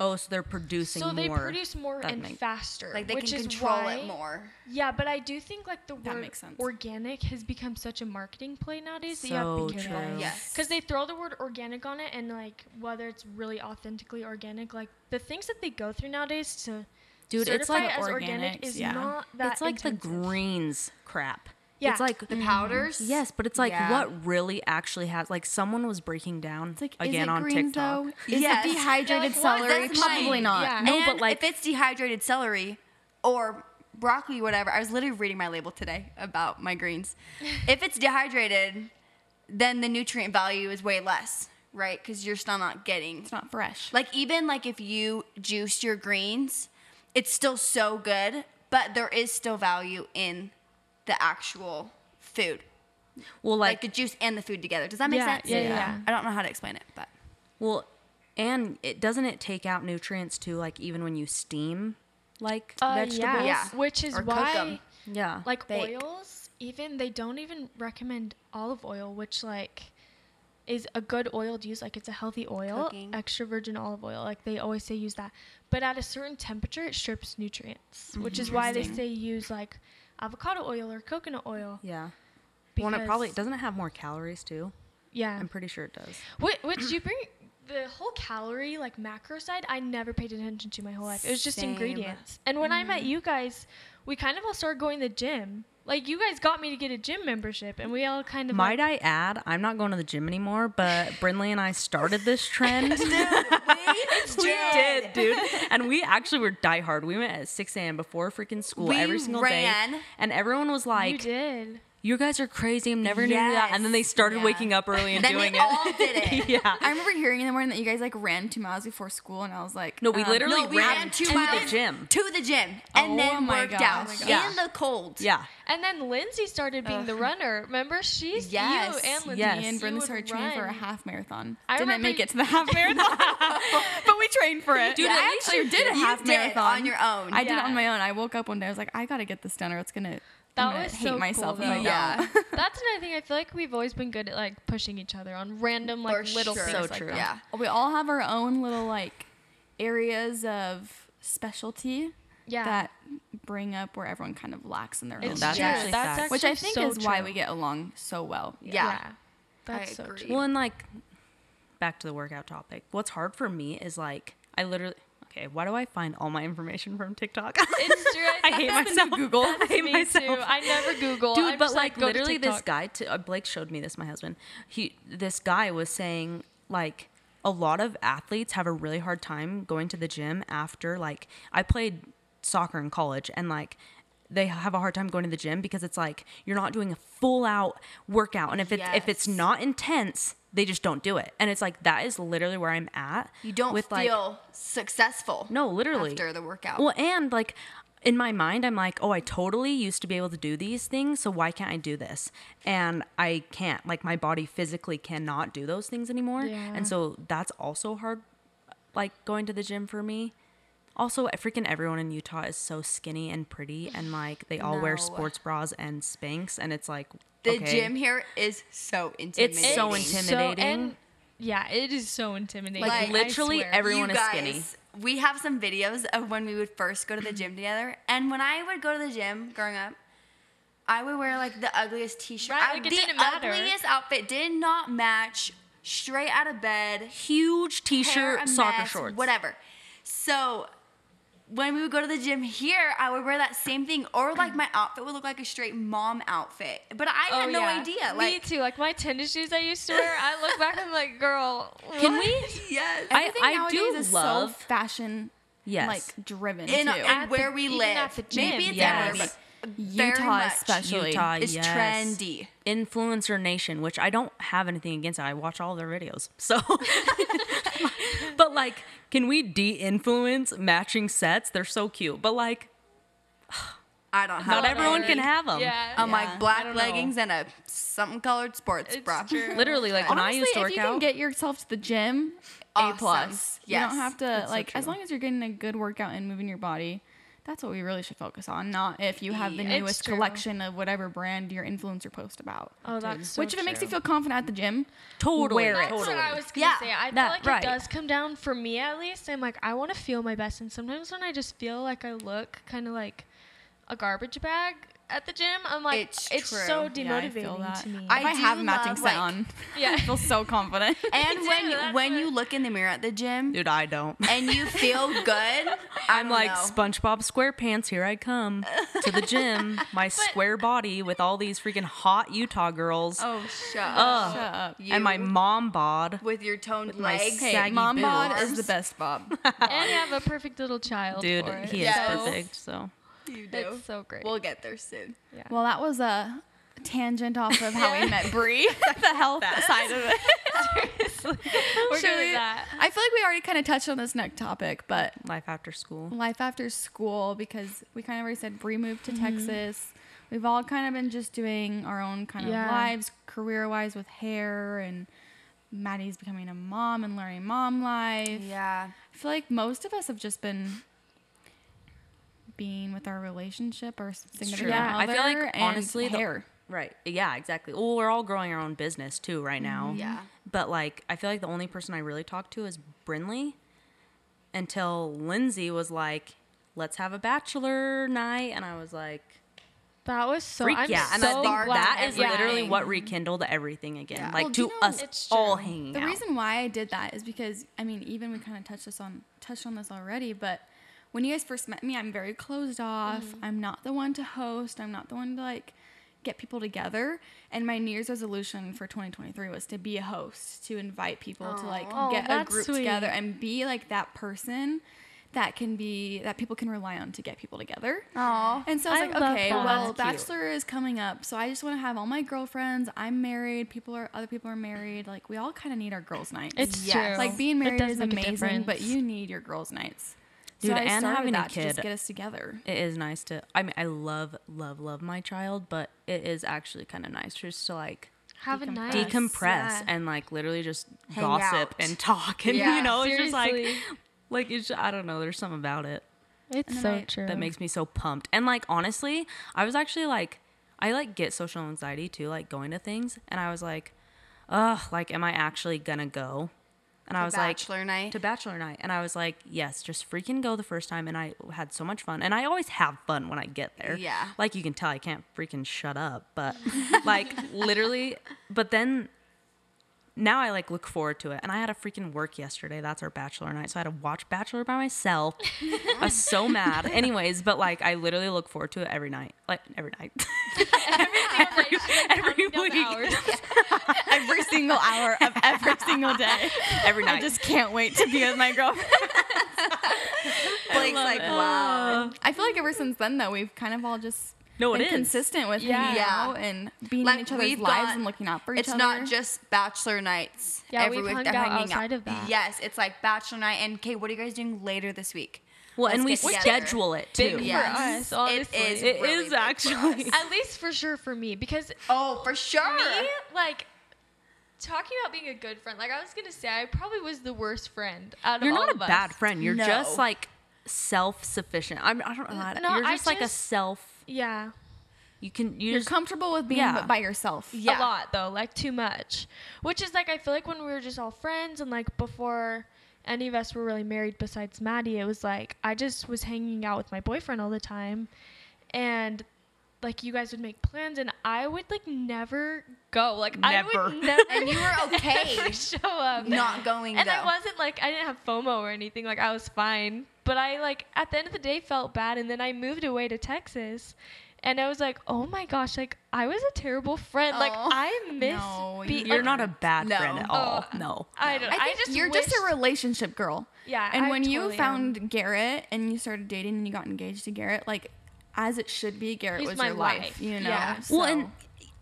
Speaker 3: Oh, so they're producing.
Speaker 5: So they
Speaker 3: more.
Speaker 5: produce more
Speaker 3: That
Speaker 5: and
Speaker 3: make-
Speaker 5: faster,
Speaker 4: Like they
Speaker 5: which
Speaker 4: can
Speaker 5: is
Speaker 4: control
Speaker 5: why,
Speaker 4: it more.
Speaker 5: Yeah, but I do think like the word
Speaker 2: makes sense.
Speaker 5: organic has become such a marketing play nowadays that you have
Speaker 3: So
Speaker 5: to be careful.
Speaker 3: true.
Speaker 4: Yes.
Speaker 5: Because they throw the word organic on it, and like whether it's really authentically organic, like the things that they go through nowadays to
Speaker 3: Dude, it's
Speaker 5: certify
Speaker 3: like
Speaker 5: it as organic
Speaker 2: organics,
Speaker 5: is
Speaker 2: yeah.
Speaker 5: not that.
Speaker 3: it's like the
Speaker 5: intensive.
Speaker 3: greens crap.
Speaker 5: Yeah.
Speaker 3: It's like Mm-hmm.
Speaker 4: The powders?
Speaker 3: Yes, but it's like
Speaker 4: Yeah.
Speaker 3: what really actually has like someone was breaking down
Speaker 2: It's like
Speaker 3: again
Speaker 2: is it
Speaker 3: on
Speaker 2: greens,
Speaker 3: TikTok.
Speaker 2: Though? Is
Speaker 4: Yes.
Speaker 2: it dehydrated
Speaker 5: Yeah, like, what?
Speaker 2: celery?
Speaker 4: That's
Speaker 2: Probably
Speaker 4: mine.
Speaker 2: not.
Speaker 5: Yeah.
Speaker 3: No,
Speaker 4: and
Speaker 3: but, like-
Speaker 4: if it's dehydrated celery or broccoli, whatever. I was literally reading my label today about my greens. if it's dehydrated, then the nutrient value is way less, right? Because you're still not getting
Speaker 2: It's not fresh.
Speaker 4: like even like if you juice your greens, it's still so good, but there is still value in the actual food,
Speaker 3: Well,
Speaker 4: like,
Speaker 3: like,
Speaker 4: the juice and the food together. Does that make
Speaker 5: Yeah,
Speaker 4: sense?
Speaker 5: yeah, yeah.
Speaker 4: I don't know how to explain it, but
Speaker 3: well, and it doesn't it take out nutrients too? Like even when you steam, like
Speaker 5: Uh,
Speaker 3: vegetables.
Speaker 5: Yeah.
Speaker 4: Yeah.
Speaker 5: Which is
Speaker 4: Or cook 'em.
Speaker 5: why,
Speaker 3: Yeah.
Speaker 5: like
Speaker 4: Bake.
Speaker 5: oils even they don't even recommend olive oil, which like is a good oil to use. Like it's a healthy oil,
Speaker 4: Cooking.
Speaker 5: extra virgin olive oil. Like they always say use that, but at a certain temperature, it strips nutrients, which is why they say use like avocado oil or coconut oil.
Speaker 3: Yeah. Well, and it probably
Speaker 5: because-
Speaker 3: doesn't it have more calories too.
Speaker 5: Yeah,
Speaker 3: I'm pretty sure it does.
Speaker 5: Wh- Which you bring the whole calorie like macro side. I never paid attention to my whole life. It was just
Speaker 4: Same.
Speaker 5: ingredients. And when I met you guys, we kind of all started going to the gym. Like you guys got me to get a gym membership, and we all kind of
Speaker 3: Might
Speaker 5: like-
Speaker 3: I add, I'm not going to the gym anymore, but Brinley and I started this trend. we did, dude. And we actually were diehard. We went at 6 a.m. before freaking school
Speaker 4: We
Speaker 3: every single day.
Speaker 4: ran.
Speaker 3: And everyone was
Speaker 5: you
Speaker 3: like, you,
Speaker 5: did.
Speaker 3: guys are crazy. I'm never going to do that. And then they
Speaker 4: Yes.
Speaker 3: started
Speaker 4: Yeah.
Speaker 3: waking up early and
Speaker 4: Then
Speaker 3: doing
Speaker 4: they
Speaker 3: it.
Speaker 4: all did it.
Speaker 3: yeah.
Speaker 2: I remember hearing in the morning that you guys like ran two miles before school, and I was like,
Speaker 3: No, we
Speaker 2: um,
Speaker 3: literally
Speaker 4: No, we
Speaker 3: ran,
Speaker 4: ran two
Speaker 3: to the
Speaker 4: miles
Speaker 3: gym.
Speaker 4: To the gym and
Speaker 2: Oh
Speaker 4: then
Speaker 2: my
Speaker 4: worked
Speaker 2: gosh.
Speaker 4: out
Speaker 2: Oh my
Speaker 3: gosh.
Speaker 4: in the cold.
Speaker 3: Yeah.
Speaker 5: And then Lindsay started being the runner. Remember, she's
Speaker 4: Yes.
Speaker 5: you and Lindsay.
Speaker 3: Yes.
Speaker 2: Me and
Speaker 5: you
Speaker 2: Brenda
Speaker 5: would
Speaker 2: started training for a
Speaker 5: run.
Speaker 2: half marathon.
Speaker 5: I
Speaker 2: Didn't
Speaker 5: remember
Speaker 2: make
Speaker 5: you-
Speaker 2: it to the half marathon, but we trained for it.
Speaker 3: Dude,
Speaker 2: Yeah,
Speaker 3: at
Speaker 2: I
Speaker 3: least
Speaker 2: actually
Speaker 3: you
Speaker 2: did a
Speaker 4: You
Speaker 2: half
Speaker 4: did it
Speaker 2: marathon
Speaker 4: on your own.
Speaker 2: I did it
Speaker 5: Yeah.
Speaker 2: on my own. I woke up one day. I was like, I gotta get this done, or it's gonna. I'm
Speaker 5: That
Speaker 2: gonna
Speaker 5: was
Speaker 2: hate
Speaker 5: so cool,
Speaker 2: myself if
Speaker 5: though.
Speaker 2: I don't.
Speaker 4: Yeah.
Speaker 5: That's another thing. I feel like we've always been good at like pushing each other on random like
Speaker 4: For
Speaker 5: little
Speaker 4: sure.
Speaker 5: things.
Speaker 4: So
Speaker 5: like
Speaker 3: true.
Speaker 5: that.
Speaker 4: Yeah.
Speaker 2: We all have our own little like areas of specialty
Speaker 5: Yeah.
Speaker 2: that bring up where everyone kind of lacks in their own.
Speaker 5: It's
Speaker 3: That's
Speaker 5: true.
Speaker 3: actually
Speaker 5: That's
Speaker 3: facts.
Speaker 2: which I
Speaker 5: actually
Speaker 2: think
Speaker 5: so
Speaker 2: is why
Speaker 5: true.
Speaker 2: we get along so well.
Speaker 4: Yeah.
Speaker 5: That's so
Speaker 4: agree.
Speaker 5: true.
Speaker 3: Well, and like back to the workout topic. What's hard for me is like I literally okay. Why do I find all my information from TikTok?
Speaker 5: It's true.
Speaker 3: I hate myself. Google. I hate
Speaker 5: me
Speaker 3: myself.
Speaker 5: too. I never Google.
Speaker 3: Dude,
Speaker 5: I'm
Speaker 3: but
Speaker 5: just
Speaker 3: like,
Speaker 5: go to
Speaker 3: literally, this
Speaker 5: TikTok.
Speaker 3: guy. T- uh, Blake showed me this. My husband. He. This guy was saying like a lot of athletes have a really hard time going to the gym after like I played soccer in college and like they have a hard time going to the gym because it's like you're not doing a full out workout and if it's if it's
Speaker 4: Yes.
Speaker 3: not intense they just don't do it and it's like that is literally where I'm at
Speaker 4: You don't
Speaker 3: with like
Speaker 4: feel successful.
Speaker 3: no, literally.
Speaker 4: After the workout.
Speaker 3: Well, and like in my mind, I'm like, oh, I totally used to be able to do these things, so why can't I do this? And I can't. Like my body physically cannot do those things anymore.
Speaker 5: Yeah.
Speaker 3: And so that's also hard, like going to the gym for me. Also, freaking everyone in Utah is so skinny and pretty, and like they all wear
Speaker 4: No.
Speaker 3: sports bras and Spanx, and it's like
Speaker 4: the
Speaker 3: okay.
Speaker 4: gym here is so intimidating.
Speaker 3: It's so
Speaker 5: It's
Speaker 3: intimidating.
Speaker 5: and- yeah, it is so intimidating.
Speaker 4: Like,
Speaker 5: I
Speaker 3: literally
Speaker 5: swear.
Speaker 3: every- everyone
Speaker 4: you
Speaker 3: is
Speaker 4: guys,
Speaker 3: skinny.
Speaker 4: We have some videos of when we would first go to the gym together. And when I would go to the gym growing up, I would wear like the ugliest t-shirt.
Speaker 5: Right,
Speaker 4: I-
Speaker 5: like, it
Speaker 4: the
Speaker 5: didn't matter.
Speaker 4: ugliest outfit did not match. Straight out of bed,
Speaker 3: Huge
Speaker 4: hair a
Speaker 3: t-shirt, soccer
Speaker 4: mess,
Speaker 3: shorts,
Speaker 4: whatever. So when we would go to the gym here, I would wear that same thing, or like my outfit would look like a straight mom outfit. But I
Speaker 5: Oh,
Speaker 4: had no
Speaker 5: yeah.
Speaker 4: idea.
Speaker 5: me
Speaker 4: Like,
Speaker 5: too. Like my tennis shoes I used to wear. I look back and I'm like, girl,
Speaker 3: Can
Speaker 5: what?
Speaker 3: we?
Speaker 4: yes,
Speaker 3: I,
Speaker 2: Everything
Speaker 3: I
Speaker 2: nowadays
Speaker 3: do
Speaker 2: is
Speaker 3: love.
Speaker 2: so fashion
Speaker 3: yes.
Speaker 2: like driven
Speaker 4: in,
Speaker 2: too.
Speaker 4: and where
Speaker 5: the-
Speaker 4: we
Speaker 5: even
Speaker 4: live,
Speaker 5: at the gym,
Speaker 4: maybe it's
Speaker 3: yes.
Speaker 4: everywhere, but very
Speaker 2: Utah
Speaker 4: much
Speaker 2: especially.
Speaker 3: Utah
Speaker 4: is
Speaker 3: yes.
Speaker 4: trendy.
Speaker 3: Influencer Nation, which I don't have anything against. I watch all their videos. So, but like, can we de influence matching sets? They're so cute. But like,
Speaker 4: I don't have
Speaker 3: not
Speaker 4: it.
Speaker 3: everyone can have Um, them.
Speaker 5: Yeah.
Speaker 4: I'm
Speaker 2: Yeah.
Speaker 4: like
Speaker 3: I
Speaker 4: black
Speaker 3: don't know.
Speaker 4: leggings and a something colored sports
Speaker 5: It's
Speaker 4: bra.
Speaker 5: true.
Speaker 3: Literally, like when I
Speaker 2: Honestly,
Speaker 3: used to
Speaker 2: if
Speaker 3: work
Speaker 2: you
Speaker 3: out,
Speaker 2: can get yourself to the gym, a
Speaker 4: Awesome.
Speaker 2: plus. You
Speaker 4: Yes.
Speaker 2: don't have to
Speaker 3: so
Speaker 2: like as
Speaker 3: true.
Speaker 2: long as you're getting a good workout and moving your body. That's what we really should focus on, not if you have the
Speaker 5: Yeah. It's
Speaker 2: newest
Speaker 5: true.
Speaker 2: collection of whatever brand your influencer post about.
Speaker 5: Oh, that's so
Speaker 2: Which, if it makes you
Speaker 5: true.
Speaker 2: feel confident at the gym,
Speaker 3: totally,
Speaker 2: wear it.
Speaker 5: That's
Speaker 3: totally.
Speaker 5: what I was gonna
Speaker 4: Yeah,
Speaker 5: say. I
Speaker 3: that,
Speaker 5: feel like
Speaker 3: right.
Speaker 5: it does come down for me at least. I'm like, I want to feel my best, and sometimes when I just feel like I look kind of like a garbage bag at the gym, I'm like,
Speaker 4: It's
Speaker 5: it's,
Speaker 4: true.
Speaker 5: so
Speaker 2: Yeah, I feel
Speaker 5: demotivating
Speaker 2: that.
Speaker 5: to me.
Speaker 2: If I,
Speaker 4: I do
Speaker 2: have a matching
Speaker 4: love,
Speaker 2: set
Speaker 4: like-
Speaker 2: on,
Speaker 5: Yeah.
Speaker 2: I feel so confident.
Speaker 4: And
Speaker 5: do,
Speaker 4: when you,
Speaker 5: that's
Speaker 4: when
Speaker 5: what-
Speaker 4: you look in the mirror at the gym
Speaker 3: Dude, I don't.
Speaker 4: and you feel good,
Speaker 3: I'm like SpongeBob SquarePants. Here I come to the gym. My square body with all these freaking hot Utah girls
Speaker 4: oh shut
Speaker 2: Shut
Speaker 4: up,
Speaker 2: up.
Speaker 4: you
Speaker 3: and my mom bod.
Speaker 4: with your toned
Speaker 3: my
Speaker 4: legs.
Speaker 3: Hey, saggy
Speaker 2: Mom bod
Speaker 4: boobs.
Speaker 2: is the best bob.
Speaker 5: and you have a perfect little child.
Speaker 3: Dude,
Speaker 5: for it.
Speaker 3: he is
Speaker 4: Yes.
Speaker 3: perfect. So
Speaker 4: you do.
Speaker 5: It's so great.
Speaker 4: We'll get there soon.
Speaker 2: well, that was a tangent off of how we met Bree, the health side of it.
Speaker 5: We're
Speaker 2: Should
Speaker 5: good
Speaker 2: we-
Speaker 5: at that.
Speaker 2: I feel like we already kind of touched on this next topic, but
Speaker 3: life after school.
Speaker 2: life after school because we kind of already said Bree moved
Speaker 3: Mm-hmm.
Speaker 2: to Texas. We've all kind of been just doing our own kind of
Speaker 5: Yeah.
Speaker 2: lives, career wise, with hair and Maddie's becoming a mom and learning mom life.
Speaker 4: Yeah,
Speaker 2: I feel like most of us have just been being with our relationship or significant
Speaker 3: Yeah, I
Speaker 2: other.
Speaker 3: feel like
Speaker 2: and
Speaker 3: honestly, the-
Speaker 2: hair.
Speaker 3: right? Yeah, exactly. Well, we're all growing our own business too right now.
Speaker 4: Yeah.
Speaker 3: But like, I feel like the only person I really talk to is Brinley, until Lindsay was like, "Let's have a bachelor night," and I was like,
Speaker 5: That was so.
Speaker 3: "Freak
Speaker 5: I'm
Speaker 3: yeah!" And
Speaker 5: so
Speaker 3: I
Speaker 5: glad
Speaker 3: think that is
Speaker 5: yeah.
Speaker 3: literally what rekindled everything again,
Speaker 4: Yeah.
Speaker 3: like
Speaker 2: Well, do
Speaker 3: to
Speaker 2: you know-
Speaker 3: us
Speaker 5: It's
Speaker 3: all
Speaker 5: true.
Speaker 3: hanging
Speaker 2: The
Speaker 3: out.
Speaker 2: reason why I did that is because I mean, even we kind of touched this on touched on this already, but when you guys first met me, I'm very closed off.
Speaker 5: Mm-hmm.
Speaker 2: I'm not the one to host. I'm not the one to like get people together. And my New Year's resolution for 2023 was to be a host, to invite people to like
Speaker 5: Aw.
Speaker 2: get
Speaker 5: Oh,
Speaker 2: a
Speaker 5: that's
Speaker 2: group
Speaker 5: sweet.
Speaker 2: together and be like that person that can be that people can rely on to get people together.
Speaker 4: Aw.
Speaker 2: And so I was
Speaker 5: I
Speaker 2: like,
Speaker 5: love
Speaker 2: okay,
Speaker 5: that.
Speaker 2: well,
Speaker 3: That's cute.
Speaker 2: Bachelor is coming up, so I just want to have all my girlfriends. I'm married. People are other people are married. Like we all kind of need our girls' nights.
Speaker 5: It's
Speaker 4: Yes.
Speaker 5: true.
Speaker 2: like being
Speaker 5: It
Speaker 2: married
Speaker 5: does
Speaker 2: is
Speaker 5: make a
Speaker 2: amazing, but
Speaker 5: difference.
Speaker 2: you need your girls' nights.
Speaker 3: Dude,
Speaker 2: I
Speaker 3: and
Speaker 2: started
Speaker 3: having a
Speaker 2: that to just
Speaker 3: kid-
Speaker 2: get us together.
Speaker 3: it is nice to. I mean, I love, love, love my child, but it is actually kind of nice just to like
Speaker 5: have a nice
Speaker 3: decompress
Speaker 5: yeah.
Speaker 3: and like literally just
Speaker 4: Hang
Speaker 3: gossip
Speaker 4: out.
Speaker 3: and talk and
Speaker 4: Yeah.
Speaker 3: you know it's just like
Speaker 5: Seriously.
Speaker 3: like it's I don't know there's something about it
Speaker 5: It's
Speaker 2: then
Speaker 5: so
Speaker 2: I-
Speaker 5: true.
Speaker 3: that makes me so pumped and like honestly I was actually like I like get social anxiety too like going to things and I was like ugh like am I actually gonna go and I was
Speaker 4: bachelor
Speaker 3: like
Speaker 4: night?
Speaker 3: to bachelor night and I was like yes just freaking go the first time and I had so much fun and I always have fun when I get there
Speaker 4: Yeah.
Speaker 3: like you can tell I can't freaking shut up but like literally but then now I like look forward to it. And I had a freaking work yesterday. That's our bachelor night. So I had to watch Bachelor by myself. I was so mad. Anyways, but like I literally look forward to it every night. Like every night. every every
Speaker 5: Down
Speaker 3: week.
Speaker 5: the hours.
Speaker 2: Every single hour of every single day.
Speaker 3: Every night.
Speaker 2: I just can't wait to be with my girlfriend.
Speaker 4: Blake's like, wow.
Speaker 2: I feel like ever since then though, we've kind of all just
Speaker 3: No, it
Speaker 2: been
Speaker 3: is.
Speaker 2: consistent with
Speaker 5: Yeah.
Speaker 2: hanging
Speaker 4: Yeah.
Speaker 2: out and being in each other's
Speaker 4: we've
Speaker 2: lives
Speaker 4: gone-
Speaker 2: and looking out for each
Speaker 4: it's
Speaker 2: other.
Speaker 4: not just bachelor nights.
Speaker 5: Yeah,
Speaker 4: every
Speaker 5: we've
Speaker 4: week
Speaker 5: hung
Speaker 4: they're
Speaker 5: out
Speaker 4: hanging
Speaker 5: outside of that.
Speaker 4: Yes, it's like bachelor night. And okay, what are you guys doing later this week?
Speaker 3: well, and we
Speaker 4: Let's get together.
Speaker 3: schedule it
Speaker 5: Big
Speaker 3: too.
Speaker 5: for us,
Speaker 4: Yes. it
Speaker 5: honestly.
Speaker 4: is.
Speaker 3: It
Speaker 4: really
Speaker 3: is
Speaker 4: big for
Speaker 3: actually.
Speaker 4: us.
Speaker 5: At least for sure for me, because
Speaker 4: Oh, for sure.
Speaker 5: me, like talking about being a good friend. Like I was gonna say, I probably was the worst friend out of
Speaker 3: You're
Speaker 5: all
Speaker 3: not a
Speaker 5: of us.
Speaker 3: bad friend. You're
Speaker 4: No.
Speaker 3: just like self sufficient. I'm I don't know how to,
Speaker 5: No,
Speaker 3: you're
Speaker 5: I
Speaker 3: just like a
Speaker 5: just-
Speaker 3: self
Speaker 5: Yeah,
Speaker 3: you can you
Speaker 2: You're
Speaker 3: just
Speaker 2: comfortable with being
Speaker 3: Yeah.
Speaker 2: by yourself.
Speaker 4: Yeah.
Speaker 5: a lot though, like too much. Which is like I feel like when we were just all friends and like before any of us were really married besides Maddie, it was like I just was hanging out with my boyfriend all the time and like you guys would make plans and I would like never go. Like I
Speaker 3: Never.
Speaker 5: would never
Speaker 4: And you were okay
Speaker 5: ever show up.
Speaker 4: not going
Speaker 5: and I
Speaker 4: though.
Speaker 5: wasn't like I didn't have FOMO or anything. Like I was fine, but I like at the end of the day felt bad, and then I moved away to Texas, and I was like, oh my gosh, like I was a terrible friend. Like
Speaker 4: Aw.
Speaker 5: I miss.
Speaker 2: Oh, No,
Speaker 5: be-
Speaker 3: you're not a bad
Speaker 4: No.
Speaker 3: friend at all.
Speaker 5: Oh.
Speaker 3: no.
Speaker 5: I don't. know.
Speaker 2: I,
Speaker 5: I,
Speaker 2: think
Speaker 5: just
Speaker 2: you're just a
Speaker 5: wished-
Speaker 2: relationship girl.
Speaker 5: Yeah,
Speaker 2: And
Speaker 5: I
Speaker 2: when you
Speaker 5: totally
Speaker 2: found Garrett and you started dating and you got engaged to Garrett, like as it should be, Garrett
Speaker 5: He's
Speaker 2: was
Speaker 5: my
Speaker 2: your life.
Speaker 5: life.
Speaker 2: You know.
Speaker 4: Yeah.
Speaker 2: So-
Speaker 3: Well, and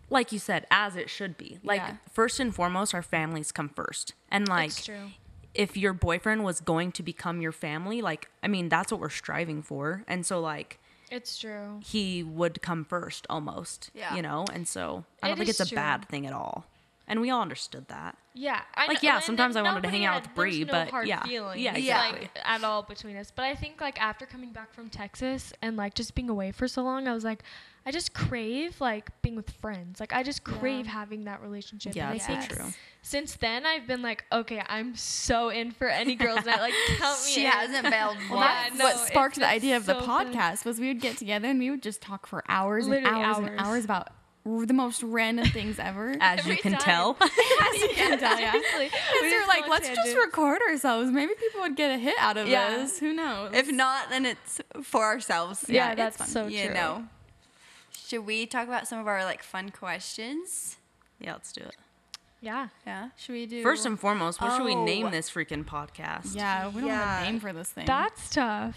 Speaker 3: like you said, as it should be. Like
Speaker 2: Yeah.
Speaker 3: first and foremost, our families come first. And like
Speaker 5: It's true.
Speaker 3: if your boyfriend was going to become your family, like I mean, that's what we're striving for. And so like
Speaker 5: It's true.
Speaker 3: he would come first almost.
Speaker 4: Yeah.
Speaker 3: You know? And so I
Speaker 5: It
Speaker 3: don't think
Speaker 5: is
Speaker 3: it's a
Speaker 5: true.
Speaker 3: bad thing at all. And we all understood that.
Speaker 5: Yeah, I
Speaker 3: Like,
Speaker 5: know-
Speaker 3: yeah,
Speaker 5: and
Speaker 3: sometimes
Speaker 5: then
Speaker 3: I wanted to hang
Speaker 5: nobody
Speaker 3: out
Speaker 5: had-
Speaker 3: with Bree,
Speaker 5: there's no
Speaker 3: but
Speaker 5: hard
Speaker 3: yeah.
Speaker 5: feelings,
Speaker 3: Yeah,
Speaker 5: like
Speaker 3: exactly.
Speaker 5: at all between us. But I think like after coming back from Texas and like just being away for so long, I was like, I just crave like being with friends. Like I just crave having that relationship.
Speaker 3: Yeah,
Speaker 5: and I
Speaker 3: that's
Speaker 5: think
Speaker 3: true.
Speaker 5: Since then, I've been like, okay, I'm so in for any girls' night. Like count me.
Speaker 4: she
Speaker 5: in.
Speaker 4: hasn't failed
Speaker 5: Well,
Speaker 4: once.
Speaker 5: that's-
Speaker 2: That's
Speaker 5: no,
Speaker 2: what
Speaker 5: it's
Speaker 2: sparked the
Speaker 5: been
Speaker 2: idea of the
Speaker 5: so fun.
Speaker 2: podcast was we would get together and we would just talk for hours and
Speaker 5: Literally
Speaker 2: hours, and
Speaker 5: hours.
Speaker 2: hours about r- the most random things ever.
Speaker 3: As you
Speaker 5: Every
Speaker 3: can
Speaker 5: time.
Speaker 3: tell.
Speaker 2: And, uh, yeah.
Speaker 5: Seriously, we
Speaker 2: Because you're
Speaker 5: just
Speaker 2: like,
Speaker 5: go
Speaker 2: let's just
Speaker 5: tangents.
Speaker 2: record ourselves. Maybe people would get a hit out of
Speaker 4: Yeah.
Speaker 2: us. Who knows?
Speaker 4: If not, then it's for ourselves.
Speaker 5: Yeah,
Speaker 2: yeah, it's
Speaker 5: that's
Speaker 2: fun.
Speaker 5: so
Speaker 4: you
Speaker 5: true.
Speaker 4: know. Should we talk about some of our like fun questions?
Speaker 3: yeah, let's do it.
Speaker 5: Yeah.
Speaker 4: Yeah.
Speaker 2: should we do
Speaker 3: First and foremost, what should we
Speaker 4: Oh.
Speaker 3: name this freaking podcast?
Speaker 2: Yeah, we don't
Speaker 4: Yeah.
Speaker 2: have a name for this thing.
Speaker 5: That's tough.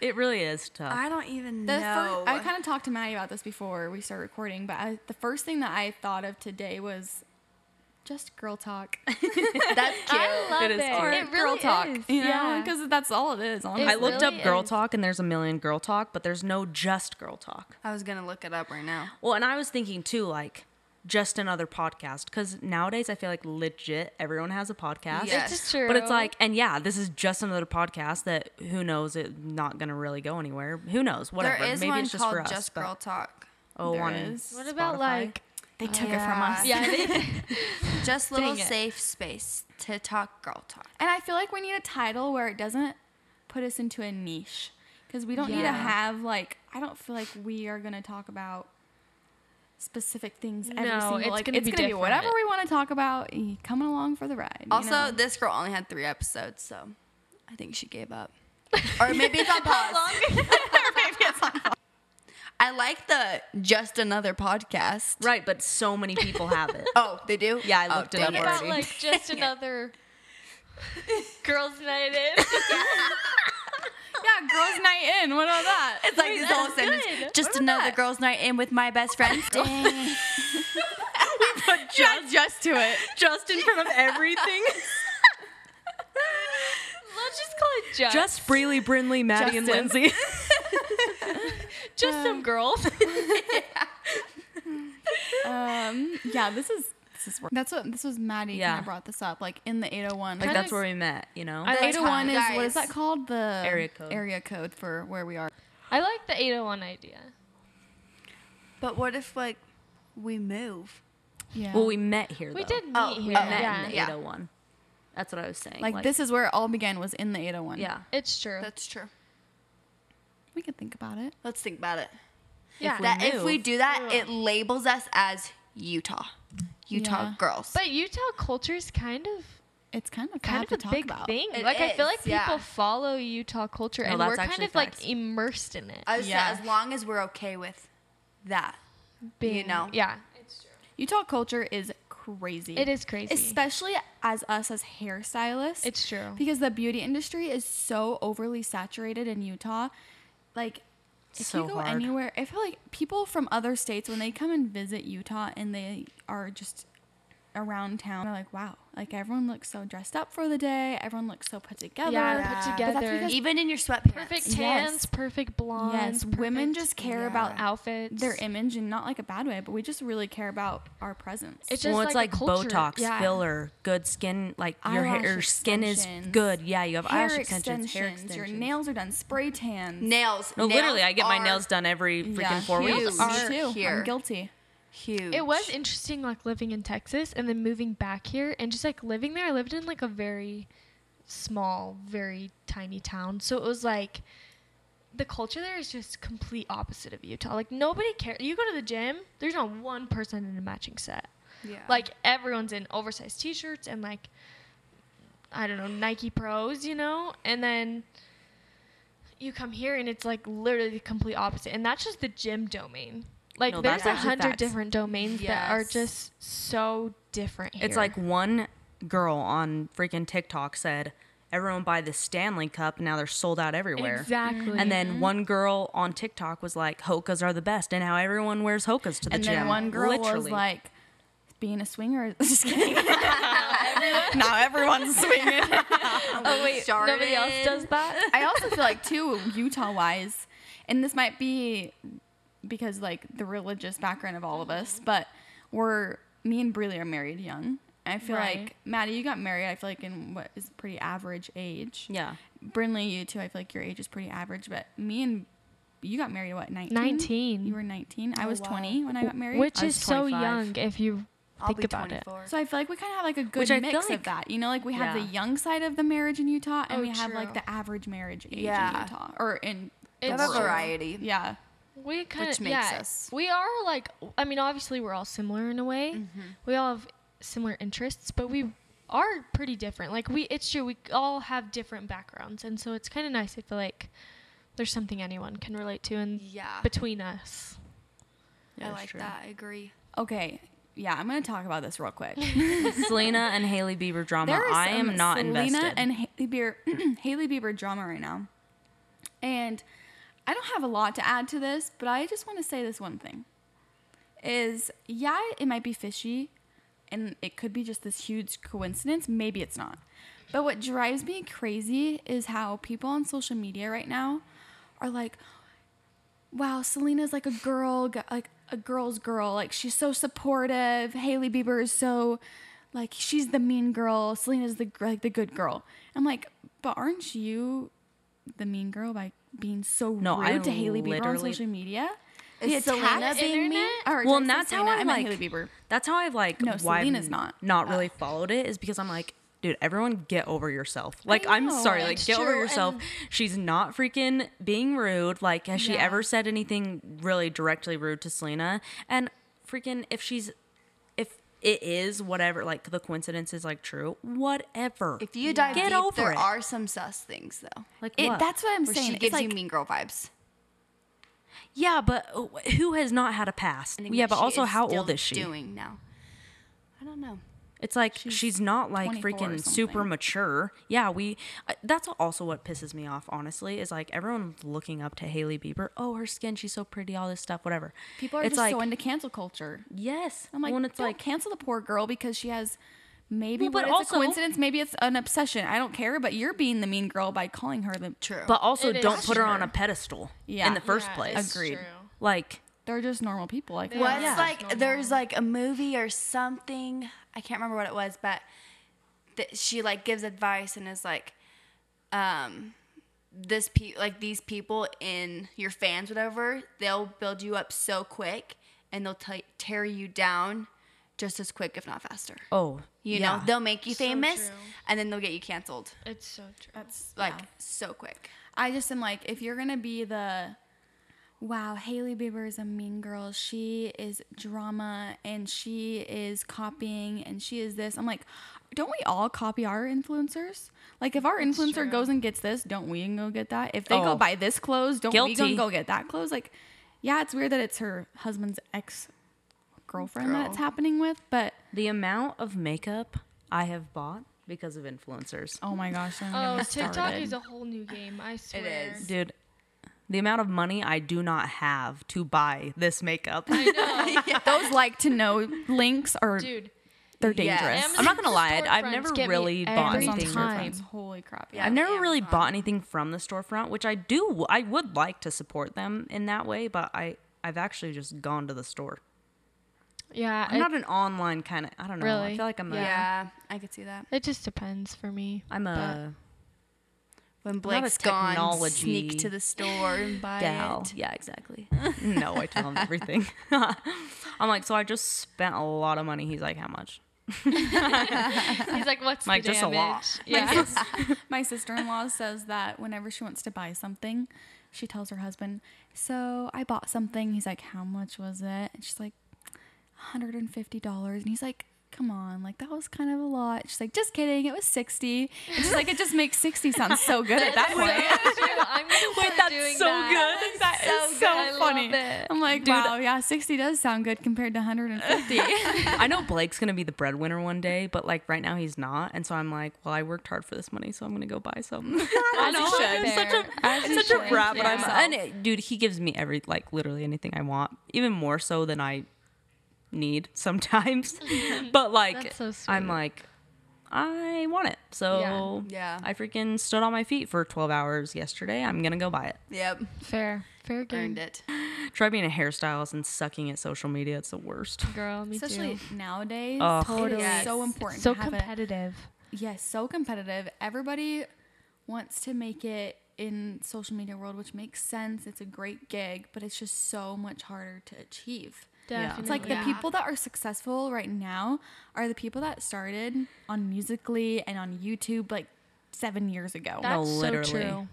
Speaker 3: It really is tough.
Speaker 4: I don't even
Speaker 2: The
Speaker 4: know.
Speaker 2: fir- I kind of talked to Maddie about this before we started recording, but I, the first thing that I thought of today was just girl talk.
Speaker 4: That's cute.
Speaker 5: I love
Speaker 3: It
Speaker 5: it.
Speaker 3: is art.
Speaker 5: It really
Speaker 2: girl talk,
Speaker 5: is.
Speaker 2: you know,
Speaker 5: yeah.
Speaker 2: because that's all it is. Honestly.
Speaker 3: I looked
Speaker 5: really
Speaker 3: up girl
Speaker 5: is.
Speaker 3: talk and there's a million girl talk, but there's no just girl talk.
Speaker 4: I was gonna look it up right now.
Speaker 3: Well, and I was thinking too, like, just another podcast because nowadays I feel like legit everyone has a podcast.
Speaker 4: Yes.
Speaker 5: It's true.
Speaker 3: But it's like, and yeah, this is just another podcast that who knows it's not gonna really go anywhere. Who knows? Whatever.
Speaker 4: There is
Speaker 3: Maybe
Speaker 4: one
Speaker 3: it's just
Speaker 4: called
Speaker 3: for us.
Speaker 4: Just
Speaker 3: but-
Speaker 4: Girl Talk.
Speaker 3: oh,
Speaker 2: There
Speaker 3: on
Speaker 2: is.
Speaker 5: what about
Speaker 3: Spotify?
Speaker 5: like
Speaker 4: They took it from Yeah. us.
Speaker 5: yeah, they-
Speaker 4: Just little
Speaker 5: Dang it.
Speaker 4: safe space to talk girl talk.
Speaker 2: And I feel like we need a title where it doesn't put us into a niche because we don't need to
Speaker 5: Yeah.
Speaker 2: have like I don't feel like we are gonna talk about specific things every
Speaker 5: No,
Speaker 2: single
Speaker 5: it's
Speaker 2: like
Speaker 5: gonna
Speaker 2: it's
Speaker 5: be
Speaker 2: gonna be
Speaker 5: different.
Speaker 2: whatever we want to talk about. eh, Coming along for the ride. you
Speaker 4: Also,
Speaker 2: know?
Speaker 4: this girl only had three episodes, so I think she gave up. or maybe it's on pause. or maybe it's on pause. I like the just another podcast.
Speaker 3: Right, but so many people have it.
Speaker 4: Oh, they do?
Speaker 3: Yeah, I
Speaker 4: Oh,
Speaker 3: looked it
Speaker 4: dang
Speaker 3: up
Speaker 5: What about
Speaker 3: already.
Speaker 5: like just another girls' night in?
Speaker 2: yeah, girls' night in. What about that?
Speaker 4: It's like this whole
Speaker 5: that's
Speaker 4: sentence.
Speaker 5: good.
Speaker 4: Just another girls' night in with my best friends. Dang.
Speaker 2: just, just to it.
Speaker 3: just in front of everything.
Speaker 5: Let's just call it just just,
Speaker 3: just Freely, Brinley, Maddie, and Lindsay.
Speaker 5: some girls.
Speaker 2: Um, yeah, this is this is that's what this was. Maddie
Speaker 3: Yeah.
Speaker 2: kind of brought this up, like in the 801.
Speaker 3: like
Speaker 2: Kinda
Speaker 3: that's where we met, you know?
Speaker 5: I-
Speaker 2: Eight oh one is what is
Speaker 4: Guys.
Speaker 2: that called? The
Speaker 3: Area code.
Speaker 2: Area code for where we are.
Speaker 5: I like the 801 idea.
Speaker 4: but what if, like, we move?
Speaker 2: Yeah.
Speaker 3: well, we met here.
Speaker 5: We
Speaker 3: though.
Speaker 5: did meet
Speaker 4: Oh,
Speaker 5: here.
Speaker 4: we
Speaker 3: We
Speaker 4: met
Speaker 3: met
Speaker 5: yeah.
Speaker 3: in the
Speaker 4: Yeah.
Speaker 3: 801. That's what I was saying.
Speaker 2: like, this is where it all began was in the 801.
Speaker 3: Yeah.
Speaker 5: It's true.
Speaker 4: That's true.
Speaker 2: We could think about it.
Speaker 4: Let's think about it.
Speaker 5: yeah.
Speaker 3: we
Speaker 4: that if we
Speaker 3: move.
Speaker 4: do that, it labels us as Utah. Utah
Speaker 2: Yeah.
Speaker 4: girls.
Speaker 5: but Utah culture is kind of
Speaker 2: It's kind of
Speaker 5: kind
Speaker 2: bad
Speaker 5: of
Speaker 2: to
Speaker 5: a
Speaker 2: talk
Speaker 5: big
Speaker 2: about.
Speaker 5: thing.
Speaker 4: It
Speaker 5: like I feel
Speaker 4: is,
Speaker 5: like
Speaker 4: yeah.
Speaker 5: people follow Utah culture,
Speaker 3: No,
Speaker 5: and
Speaker 3: that's
Speaker 5: we're kind
Speaker 3: actually
Speaker 5: of
Speaker 3: facts.
Speaker 5: like immersed in it.
Speaker 4: I was
Speaker 2: Yeah.
Speaker 4: yeah. as long as we're okay with that.
Speaker 5: Being-
Speaker 4: know.
Speaker 5: Yeah.
Speaker 2: Utah culture is crazy.
Speaker 5: It is crazy.
Speaker 2: Especially as us as hairstylists.
Speaker 5: It's true.
Speaker 2: Because the beauty industry is so overly saturated in Utah. Like if
Speaker 3: So
Speaker 2: you go
Speaker 3: hard.
Speaker 2: anywhere, I feel like people from other states when they come and visit Utah and they are just around town, they're like, wow, like everyone looks so dressed up for the day. Everyone looks so put together.
Speaker 5: yeah,
Speaker 4: But
Speaker 5: put
Speaker 4: that's
Speaker 5: together.
Speaker 2: because-
Speaker 4: Even in your sweatpants.
Speaker 5: perfect
Speaker 2: Yes.
Speaker 5: tans, perfect
Speaker 2: Yes,
Speaker 5: blondes.
Speaker 2: women
Speaker 5: perfect
Speaker 2: just care about
Speaker 5: outfits.
Speaker 2: their image and not like a bad way, but we just really care about our presence.
Speaker 5: It's just
Speaker 3: well, it's like,
Speaker 5: a culture.
Speaker 3: Botox,
Speaker 5: Yeah.
Speaker 3: filler, good skin. Like your hair,
Speaker 2: Eyelash
Speaker 3: your skin is
Speaker 2: extensions,
Speaker 3: good. Yeah, you have
Speaker 2: hair
Speaker 3: eyelash extensions, hair
Speaker 2: extensions,
Speaker 3: extensions.
Speaker 2: Your nails are done. Spray tans.
Speaker 4: Nails.
Speaker 3: No,
Speaker 4: Nails
Speaker 3: literally, I get my
Speaker 4: are
Speaker 3: nails done every freaking
Speaker 2: Yeah.
Speaker 3: four
Speaker 4: Huge.
Speaker 3: weeks. Um,
Speaker 4: Are-
Speaker 2: Me too.
Speaker 4: here.
Speaker 2: I'm guilty.
Speaker 4: Huge.
Speaker 5: It was interesting, like living in Texas and then moving back here and just like living there. I lived in like a very small, very tiny town. So it was like the culture there is just complete opposite of Utah. Like nobody cares. You go to the gym, there's not one person in a matching set.
Speaker 4: Yeah.
Speaker 5: Like everyone's in oversized t-shirts and like I don't know, Nike Pros, you know? And then you come here and it's like literally the complete opposite. And that's just the gym domain. Like
Speaker 3: No,
Speaker 5: there's
Speaker 3: that's
Speaker 5: a
Speaker 3: actually
Speaker 5: hundred
Speaker 3: facts.
Speaker 5: different domains that are
Speaker 4: Yes.
Speaker 5: just so different here.
Speaker 3: It's like one girl on freaking TikTok said, "Everyone buy the Stanley Cup." and Now they're sold out everywhere.
Speaker 5: Exactly.
Speaker 3: And then one girl on TikTok was like, "Hokas are the best," and how everyone wears Hokas to the
Speaker 2: And
Speaker 3: gym.
Speaker 2: then one girl was
Speaker 3: Literally.
Speaker 2: like, being a swinger is just kidding. now everyone's swinging.
Speaker 5: oh wait, nobody else does that.
Speaker 2: I also feel like too Utah wise, and this might be because like the religious background of all of us, but we're me and Breely are married young. I feel
Speaker 5: Right.
Speaker 2: like Maddie, you got married. I feel like in what is pretty average age.
Speaker 3: "Yeah."
Speaker 2: Brinley, you too. I feel like your age is pretty average, but me and you got married what 19?
Speaker 5: 19.
Speaker 2: You were 19.
Speaker 3: Oh,
Speaker 2: I was 20 when I got married.
Speaker 5: Which
Speaker 3: I was
Speaker 5: is so
Speaker 3: 25.
Speaker 5: young if you
Speaker 4: I'll
Speaker 5: think
Speaker 4: be
Speaker 5: about it.
Speaker 4: 24.
Speaker 2: so I feel like we kind of have like a good
Speaker 3: Which I
Speaker 2: mix
Speaker 3: feel
Speaker 2: of
Speaker 3: like-
Speaker 2: that. You know, like we have
Speaker 3: Yeah.
Speaker 2: the young side of the marriage in Utah, and
Speaker 5: Oh,
Speaker 2: we have like
Speaker 5: true.
Speaker 2: the average marriage age in
Speaker 4: Yeah.
Speaker 2: Utah or in the
Speaker 5: It's
Speaker 4: Have a
Speaker 5: true.
Speaker 2: world.
Speaker 4: variety.
Speaker 2: Yeah.
Speaker 5: We kind
Speaker 4: Which
Speaker 5: of
Speaker 4: makes
Speaker 5: yeah,
Speaker 4: us-
Speaker 5: We are like I mean obviously we're all similar in a way.
Speaker 3: Mm-hmm.
Speaker 5: We all have similar interests, but we are pretty different. Like we it's true we all have different backgrounds and so it's kind of nice I feel like there's something anyone can relate to and
Speaker 4: Yeah.
Speaker 5: between us.
Speaker 3: Yeah,
Speaker 4: I
Speaker 3: it's
Speaker 4: like
Speaker 3: true.
Speaker 4: that. I agree.
Speaker 2: Okay. Yeah, I'm gonna talk about this real quick.
Speaker 3: Selena and Haley Bieber drama.
Speaker 2: There is
Speaker 3: I am
Speaker 2: some
Speaker 3: not
Speaker 2: Selena
Speaker 3: invested.
Speaker 2: and Haley Bieber, Haley Bieber drama right now, and I don't have a lot to add to this, but I just want to say this one thing: is yeah, it might be fishy, and it could be just this huge coincidence. Maybe it's not. But what drives me crazy is how people on social media right now are like, wow, Selena's like a girl, gu- like a girl's girl. Like she's so supportive. Haley Bieber is so like she's the mean girl. Selena's the gr- like the good girl. I'm like, but aren't you the mean girl by being so
Speaker 3: No, I
Speaker 2: rude to Haley Bieber on
Speaker 3: literally-
Speaker 2: social media?
Speaker 4: Is
Speaker 2: The attack-
Speaker 4: Selena being mean?
Speaker 2: Or,
Speaker 3: well,
Speaker 2: did
Speaker 3: and
Speaker 2: I say
Speaker 3: that's how
Speaker 2: Selena?
Speaker 3: I'm
Speaker 2: meant
Speaker 3: like.
Speaker 2: Haley Bieber.
Speaker 3: That's how I've like.
Speaker 2: No,
Speaker 3: why
Speaker 2: Selena's
Speaker 3: I've
Speaker 2: not.
Speaker 3: Not really followed it is because I'm like, dude, everyone get over yourself. Like, I'm
Speaker 2: know,
Speaker 3: sorry, like
Speaker 2: it's
Speaker 3: get over
Speaker 5: true,
Speaker 3: yourself.
Speaker 5: and-
Speaker 3: She's not freaking being rude. Like, has she
Speaker 2: Yeah.
Speaker 3: ever said anything really directly rude to Selena? And freaking, if she's, if it is whatever, like the coincidence is like true, whatever.
Speaker 4: If you dive
Speaker 3: Get
Speaker 4: deep,
Speaker 3: over
Speaker 4: there
Speaker 3: it.
Speaker 4: are some sus things though.
Speaker 3: like,
Speaker 2: It,
Speaker 3: what?
Speaker 2: that's what I'm
Speaker 4: Where
Speaker 2: saying.
Speaker 4: she
Speaker 2: It's
Speaker 4: gives
Speaker 2: like,
Speaker 4: you mean girl vibes.
Speaker 3: Yeah, but uh, who has not had a past?
Speaker 4: I think
Speaker 3: Yeah,
Speaker 4: that
Speaker 3: but
Speaker 4: she
Speaker 3: also, how
Speaker 4: still
Speaker 3: old is she?
Speaker 4: Doing now. I don't know.
Speaker 3: It's like she's, not like
Speaker 2: 24 or
Speaker 3: freaking super
Speaker 2: something.
Speaker 3: mature. Yeah, we. I that's also what pisses me off. Honestly, is like everyone's looking up to Haley Bieber. Oh, her skin, she's so pretty. All this stuff, whatever.
Speaker 2: people are
Speaker 3: it's
Speaker 2: just
Speaker 3: like,
Speaker 2: so into cancel culture.
Speaker 3: Yes,
Speaker 2: I'm like,
Speaker 3: when it's
Speaker 2: don't
Speaker 3: like
Speaker 2: cancel the poor girl because she has maybe
Speaker 3: Well, but
Speaker 2: what it's
Speaker 3: also-
Speaker 2: a coincidence, maybe it's an obsession. I don't care, but you're being the mean girl by calling her the
Speaker 4: True.
Speaker 3: But also,
Speaker 5: It is
Speaker 3: don't put her on
Speaker 2: true.
Speaker 3: a pedestal.
Speaker 2: Yeah.
Speaker 3: in the first
Speaker 5: Yeah,
Speaker 3: place.
Speaker 5: it's Agreed. true.
Speaker 3: Like,
Speaker 2: They're just normal people. Like
Speaker 5: What?
Speaker 2: what?
Speaker 4: was
Speaker 5: Yeah.
Speaker 4: like
Speaker 5: Normal.
Speaker 4: there's like a movie or something i can't remember what it was but that she like gives advice and is like um this pe like these people in your fans whatever they'll build you up so quick and they'll t- tear you down just as quick if not faster
Speaker 3: oh,
Speaker 4: you
Speaker 3: yeah.
Speaker 4: know they'll make you
Speaker 5: So
Speaker 4: famous
Speaker 5: true.
Speaker 4: and then they'll get you canceled
Speaker 5: It's so true.
Speaker 4: like so quick
Speaker 2: I just am like, if you're gonna be the wow, Haley Bieber is a mean girl. She is drama and she is copying and she is this. I'm like, don't we all copy our influencers? Like, if our influencer
Speaker 5: true.
Speaker 2: goes and gets this, don't we go get that? If they
Speaker 3: Oh.
Speaker 2: go buy this clothes, don't we go
Speaker 3: Guilty.
Speaker 2: and go get that clothes? Like, yeah, it's weird that it's her husband's ex girlfriend that it's happening with, but
Speaker 3: the amount of makeup I have bought because of influencers.
Speaker 2: oh my gosh, don't get
Speaker 5: Oh,
Speaker 2: me
Speaker 5: TikTok
Speaker 2: started.
Speaker 5: is a whole new game. I swear.
Speaker 4: is.
Speaker 3: dude the amount of money i do not have to buy this makeup i'm
Speaker 2: those like to know links are
Speaker 5: Dude,
Speaker 2: they're
Speaker 4: Yes.
Speaker 2: dangerous.
Speaker 5: Amazon
Speaker 3: not gonna lie
Speaker 5: storefronts
Speaker 3: i've never
Speaker 5: get me
Speaker 3: really bought
Speaker 5: every
Speaker 3: anything
Speaker 5: time.
Speaker 2: Holy crap!
Speaker 4: yeah.
Speaker 3: i've never really
Speaker 4: Amazon.
Speaker 5: um,
Speaker 3: bought anything from the storefront which i do i would like to support them in that way but i i've actually just gone to the store
Speaker 5: Yeah,
Speaker 3: i'm
Speaker 5: it,
Speaker 3: not an online kind of i don't know i
Speaker 5: Really?
Speaker 3: feel like i'm a
Speaker 5: Yeah.
Speaker 4: yeah i could see that
Speaker 5: it just depends for me.
Speaker 3: am a
Speaker 4: when
Speaker 3: a
Speaker 4: blake's gone
Speaker 3: technology
Speaker 4: sneak to the store and buy
Speaker 3: gal.
Speaker 4: it
Speaker 3: Yeah, exactly. no, I tell him everything. I'm like, so I just spent a lot of money. He's like, how much?
Speaker 5: He's like, what's
Speaker 3: Like,
Speaker 5: the
Speaker 3: just a
Speaker 5: damage?
Speaker 3: lot.
Speaker 5: Yeah.
Speaker 2: My sister-in-law says that whenever she wants to buy something, she tells her husband, "So I bought something." He's like, "How much was it?" And she's like, hundred and fifty dollars." And he's like, "Come on, like that was kind of a lot." She's like, "Just kidding, it was 60 And she's like, "It just makes sixty sound so good at that point."
Speaker 5: I'm gonna start
Speaker 3: that's
Speaker 5: doing
Speaker 3: so
Speaker 5: that.
Speaker 3: good. That
Speaker 5: That's
Speaker 3: is
Speaker 5: good.
Speaker 3: so
Speaker 5: I love
Speaker 3: funny.
Speaker 5: it.
Speaker 2: I'm like, "Wow, yeah, sixty does sound good compared to hundred and fifty.
Speaker 3: I know Blake's gonna be the breadwinner one day, but like right now he's not, and so I'm like, well, I worked hard for this money, so I'm gonna go buy some. I
Speaker 5: As you should.
Speaker 3: it's Oh, such a
Speaker 5: As
Speaker 3: it's
Speaker 5: you
Speaker 3: such a
Speaker 5: should.
Speaker 3: brat, but
Speaker 5: Yeah.
Speaker 3: I'm and it- dude, he gives me every like literally anything I want, even more so than I need sometimes. but like,
Speaker 5: That's so sweet.
Speaker 3: I'm like, I want it, so
Speaker 4: Yeah. Yeah.
Speaker 3: I freaking stood on my feet for 12 hours yesterday. I'm gonna go buy it.
Speaker 4: yep
Speaker 5: Fair. Fair game.
Speaker 4: earned it
Speaker 3: Try being a hairstylist and sucking at social media. It's the worst.
Speaker 5: Girl, me
Speaker 2: Especially
Speaker 5: too.
Speaker 2: nowadays,
Speaker 3: Ugh.
Speaker 2: it is
Speaker 4: Yes.
Speaker 2: so important.
Speaker 5: So
Speaker 2: to have it.
Speaker 5: competitive.
Speaker 2: Yes, so competitive. Everybody wants to make it in social media world, which makes sense. It's a great gig, but it's just so much harder to achieve.
Speaker 5: Definitely.
Speaker 2: It's like the people that are successful right now are the people that started on Musically and on YouTube like 7 years ago.
Speaker 5: That's
Speaker 3: literally.
Speaker 5: so true.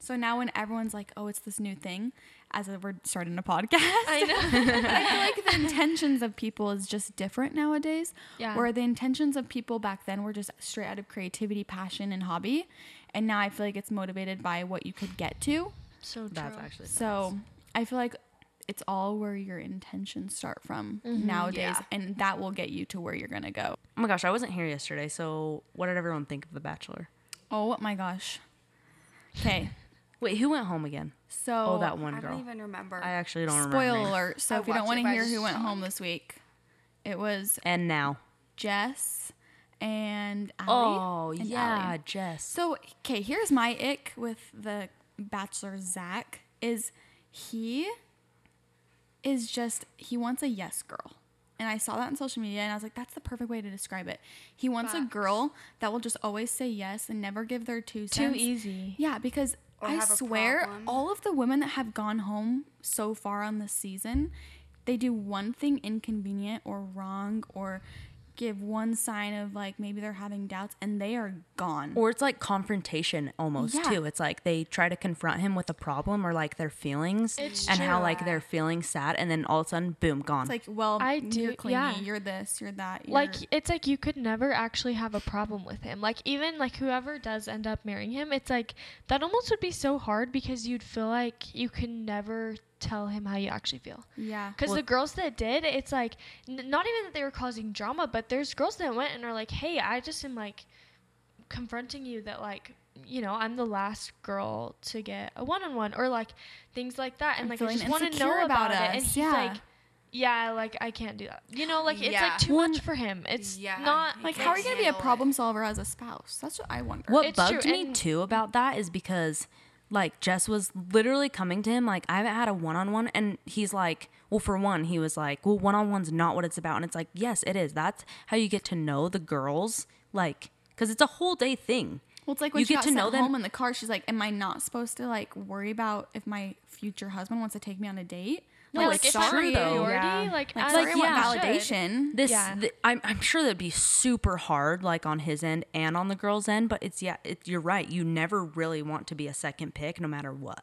Speaker 2: so now when everyone's like, "Oh, it's this new thing," as if we're starting a podcast.
Speaker 5: I know.
Speaker 2: I feel like the intentions of people is just different nowadays.
Speaker 5: Yeah.
Speaker 2: Where the intentions of people back then were just straight out of creativity, passion, and hobby. And now I feel like it's motivated by what you could get to.
Speaker 5: So true.
Speaker 3: That's actually
Speaker 2: So I feel like it's all where your intentions start from nowadays.
Speaker 4: Mm-hmm. Yeah.
Speaker 2: And that will get you to where you're going to go.
Speaker 3: Oh my gosh, I wasn't here yesterday, so what did everyone think of The Bachelor?
Speaker 2: Oh my gosh. Okay.
Speaker 3: Wait, who went home again?
Speaker 2: So,
Speaker 3: Oh, that one
Speaker 4: i
Speaker 3: girl.
Speaker 4: don't even remember
Speaker 3: I actually don't remember. her
Speaker 2: spoiler
Speaker 3: name.
Speaker 2: alert. So
Speaker 4: I
Speaker 2: if you don't
Speaker 4: watched
Speaker 2: want
Speaker 4: it,
Speaker 2: to
Speaker 4: but I
Speaker 2: hear
Speaker 4: just
Speaker 2: who went
Speaker 4: saw
Speaker 2: home this week, it was
Speaker 3: And now.
Speaker 2: Jess and Allie.
Speaker 4: Oh,
Speaker 5: Oh,
Speaker 2: and Allie.
Speaker 3: Jess.
Speaker 2: So, okay, here's my ick with the Bachelor Zach is he is just he wants a yes girl. And I saw that on social media and I was like, that's the perfect way to describe it. He wants a
Speaker 1: Facts.
Speaker 2: girl that will just always say yes and never give their two
Speaker 5: Too
Speaker 2: cents.
Speaker 5: easy.
Speaker 2: Yeah, because
Speaker 4: Or
Speaker 2: I
Speaker 4: have a
Speaker 2: swear
Speaker 4: problem.
Speaker 2: all of the women that have gone home so far on this season, they do one thing inconvenient or wrong or give one sign of like maybe they're having doubts and they are gone.
Speaker 3: Or it's like confrontation almost
Speaker 2: Yeah.
Speaker 3: too. It's like they try to confront him with a problem or like their feelings
Speaker 5: It's
Speaker 3: and how
Speaker 5: true.
Speaker 3: like they're feeling sad and then all of a sudden boom gone.
Speaker 2: it's like, well,
Speaker 5: I
Speaker 2: you're
Speaker 5: do-
Speaker 2: clingy,
Speaker 5: yeah.
Speaker 2: you're this, you're that. You're,
Speaker 5: like it's like you could never actually have a problem with him like even like whoever does end up marrying him it's like that almost would be so hard because you'd feel like you can never tell him how you actually feel
Speaker 2: yeah.
Speaker 5: because the girls that did it's like n- not even that they were causing drama but there's girls that went and are like hey i just am like confronting you that like you know i'm the last girl to get a one-on-one or like things like that and
Speaker 2: I'm
Speaker 5: like i
Speaker 2: feeling
Speaker 5: just want to know
Speaker 2: insecure about
Speaker 5: about, it and
Speaker 2: us,
Speaker 5: he's
Speaker 2: yeah.
Speaker 5: like yeah, like I can't do that. You know, like it's
Speaker 4: Yeah.
Speaker 5: like too
Speaker 3: Well,
Speaker 5: much for him. It's
Speaker 4: yeah.
Speaker 5: not
Speaker 2: Like, how are you going to be a
Speaker 4: handle it.
Speaker 2: problem solver as a spouse? That's what I wonder.
Speaker 3: What
Speaker 5: It's
Speaker 3: bugged
Speaker 5: true,
Speaker 3: me
Speaker 5: and-
Speaker 3: too about that is because like Jess was literally coming to him like I haven't had a one on one and he's like well for one he was like well one on one's not what it's about and it's like yes it is that's how you get to know the girls like because it's a whole day thing.
Speaker 2: Well, it's like when
Speaker 3: you
Speaker 2: she
Speaker 3: get
Speaker 2: got
Speaker 3: to know
Speaker 2: sent
Speaker 3: them
Speaker 2: home in the car, she's like, "Am I not supposed to like worry about if my future husband wants to take me on a date?"
Speaker 5: No, like, if I'm
Speaker 3: sorry,
Speaker 5: a
Speaker 3: though.
Speaker 5: priority,
Speaker 3: Yeah.
Speaker 5: like,
Speaker 2: Like,
Speaker 5: I,
Speaker 2: sorry, I want
Speaker 3: yeah.
Speaker 2: validation.
Speaker 3: this
Speaker 5: Yeah.
Speaker 3: th- I'm, I'm sure that'd be super hard like on his end and on the girl's end but it's yeah it, you're right you never really want to be a second pick no matter what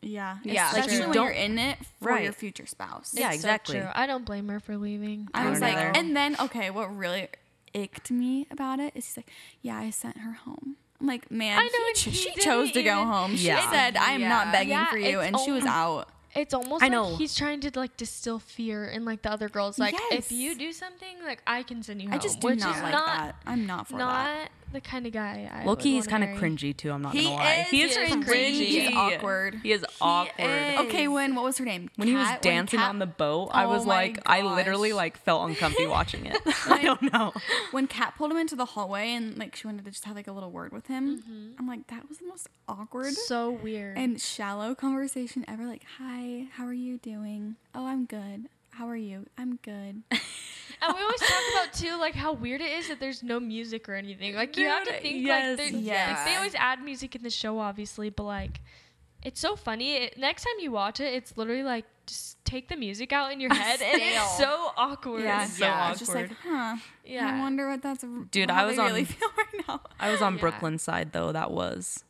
Speaker 2: Yeah,
Speaker 4: Yeah. Like,
Speaker 2: Especially
Speaker 3: you
Speaker 2: when
Speaker 3: don't-
Speaker 2: you're in it for your
Speaker 3: Right.
Speaker 2: future spouse.
Speaker 3: yeah
Speaker 5: So
Speaker 3: exactly
Speaker 5: true. I don't blame her for leaving.
Speaker 2: I was
Speaker 3: don't
Speaker 2: like,
Speaker 3: either.
Speaker 2: and then okay, what really icked me about it is he's like, "Yeah, I sent her home." I'm like, man,
Speaker 5: I know,
Speaker 2: he
Speaker 5: and
Speaker 2: ch-
Speaker 5: he
Speaker 2: she
Speaker 5: didn't
Speaker 2: chose to go
Speaker 5: even-
Speaker 2: home. She
Speaker 3: Yeah.
Speaker 2: said, "I am not
Speaker 4: Yeah.
Speaker 2: begging
Speaker 5: Yeah,
Speaker 2: for you,"
Speaker 5: it's
Speaker 2: and she was
Speaker 5: al-
Speaker 2: out.
Speaker 5: It's almost
Speaker 3: I
Speaker 5: like
Speaker 3: know.
Speaker 5: he's trying to like distill fear in like the other girls. Like
Speaker 2: Yes.
Speaker 5: if you do something, like I can send you
Speaker 2: I
Speaker 5: home.
Speaker 2: just do
Speaker 5: which
Speaker 2: not
Speaker 5: is
Speaker 2: like
Speaker 5: not,
Speaker 2: that. I'm not for that.
Speaker 5: Not the kind of guy. I would
Speaker 3: Loki is
Speaker 5: wanna
Speaker 3: kind of
Speaker 5: marry.
Speaker 3: cringy too. I'm not
Speaker 4: He
Speaker 3: gonna lie. he
Speaker 4: is
Speaker 3: is
Speaker 4: cringy.
Speaker 2: He's awkward.
Speaker 3: He is awkward. Oh,
Speaker 2: Okay, when what was her name?
Speaker 3: When he was
Speaker 2: Kat-
Speaker 3: dancing
Speaker 2: Kat-
Speaker 3: on the boat, I
Speaker 2: Oh
Speaker 3: was
Speaker 2: my
Speaker 3: like, I literally
Speaker 2: gosh.
Speaker 3: like felt uncomfy watching it. I don't know.
Speaker 2: when Kat pulled him into the hallway and like she wanted to just have like a little word with him, I'm like, that was the most awkward
Speaker 5: Mm-hmm. So weird.
Speaker 2: and shallow conversation ever. Like, hi, how are you doing? Oh, I'm good. How are you? I'm good.
Speaker 5: And we always talk about too, like how weird it is that there's no music or anything. Like you have to
Speaker 3: Dude,
Speaker 5: think,
Speaker 3: yes.
Speaker 5: like, there-
Speaker 2: Yes.
Speaker 5: like, they always add music in the show, obviously, but like, it's so funny. It, next time you watch it, it's literally like just take the music out in your head, and
Speaker 4: Stale.
Speaker 5: it's so awkward.
Speaker 3: It's so
Speaker 4: Yeah,
Speaker 2: I was just like,
Speaker 3: awkward.
Speaker 2: huh.
Speaker 5: Yeah.
Speaker 2: I wonder what that's.
Speaker 3: Dude,
Speaker 2: how
Speaker 3: I was
Speaker 2: they really
Speaker 3: on-
Speaker 2: feel right now.
Speaker 3: I was on
Speaker 5: Yeah.
Speaker 3: Brooklyn's side though. That was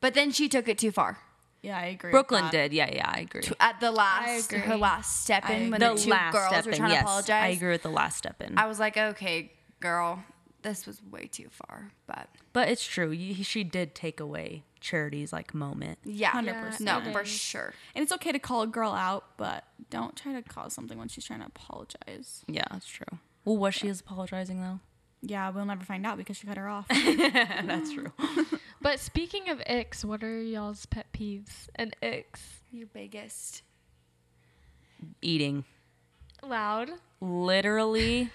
Speaker 4: But then she took it too far.
Speaker 2: Yeah, I agree.
Speaker 3: Brooklyn did. Yeah, yeah, I agree.
Speaker 4: At the last,
Speaker 5: agree.
Speaker 4: her last step in, when the, two girls were trying to apologize,
Speaker 3: I agree with the last step in.
Speaker 4: I was like, okay, girl, this was way too far. But
Speaker 3: but it's true. You, she did take away Charity's like moment.
Speaker 4: yeah,
Speaker 2: 100%.
Speaker 4: no,
Speaker 5: Yeah, it
Speaker 4: for
Speaker 5: is.
Speaker 4: sure.
Speaker 2: And it's okay to call a girl out, but don't try to cause something when she's trying to apologize.
Speaker 3: Yeah, that's true. Well, was she is apologizing though?
Speaker 2: Yeah, we'll never find out because she cut her off.
Speaker 3: That's true.
Speaker 5: But speaking of icks, what are y'all's pet peeves and icks?
Speaker 4: Your biggest.
Speaker 3: Eating.
Speaker 5: Loud.
Speaker 3: literally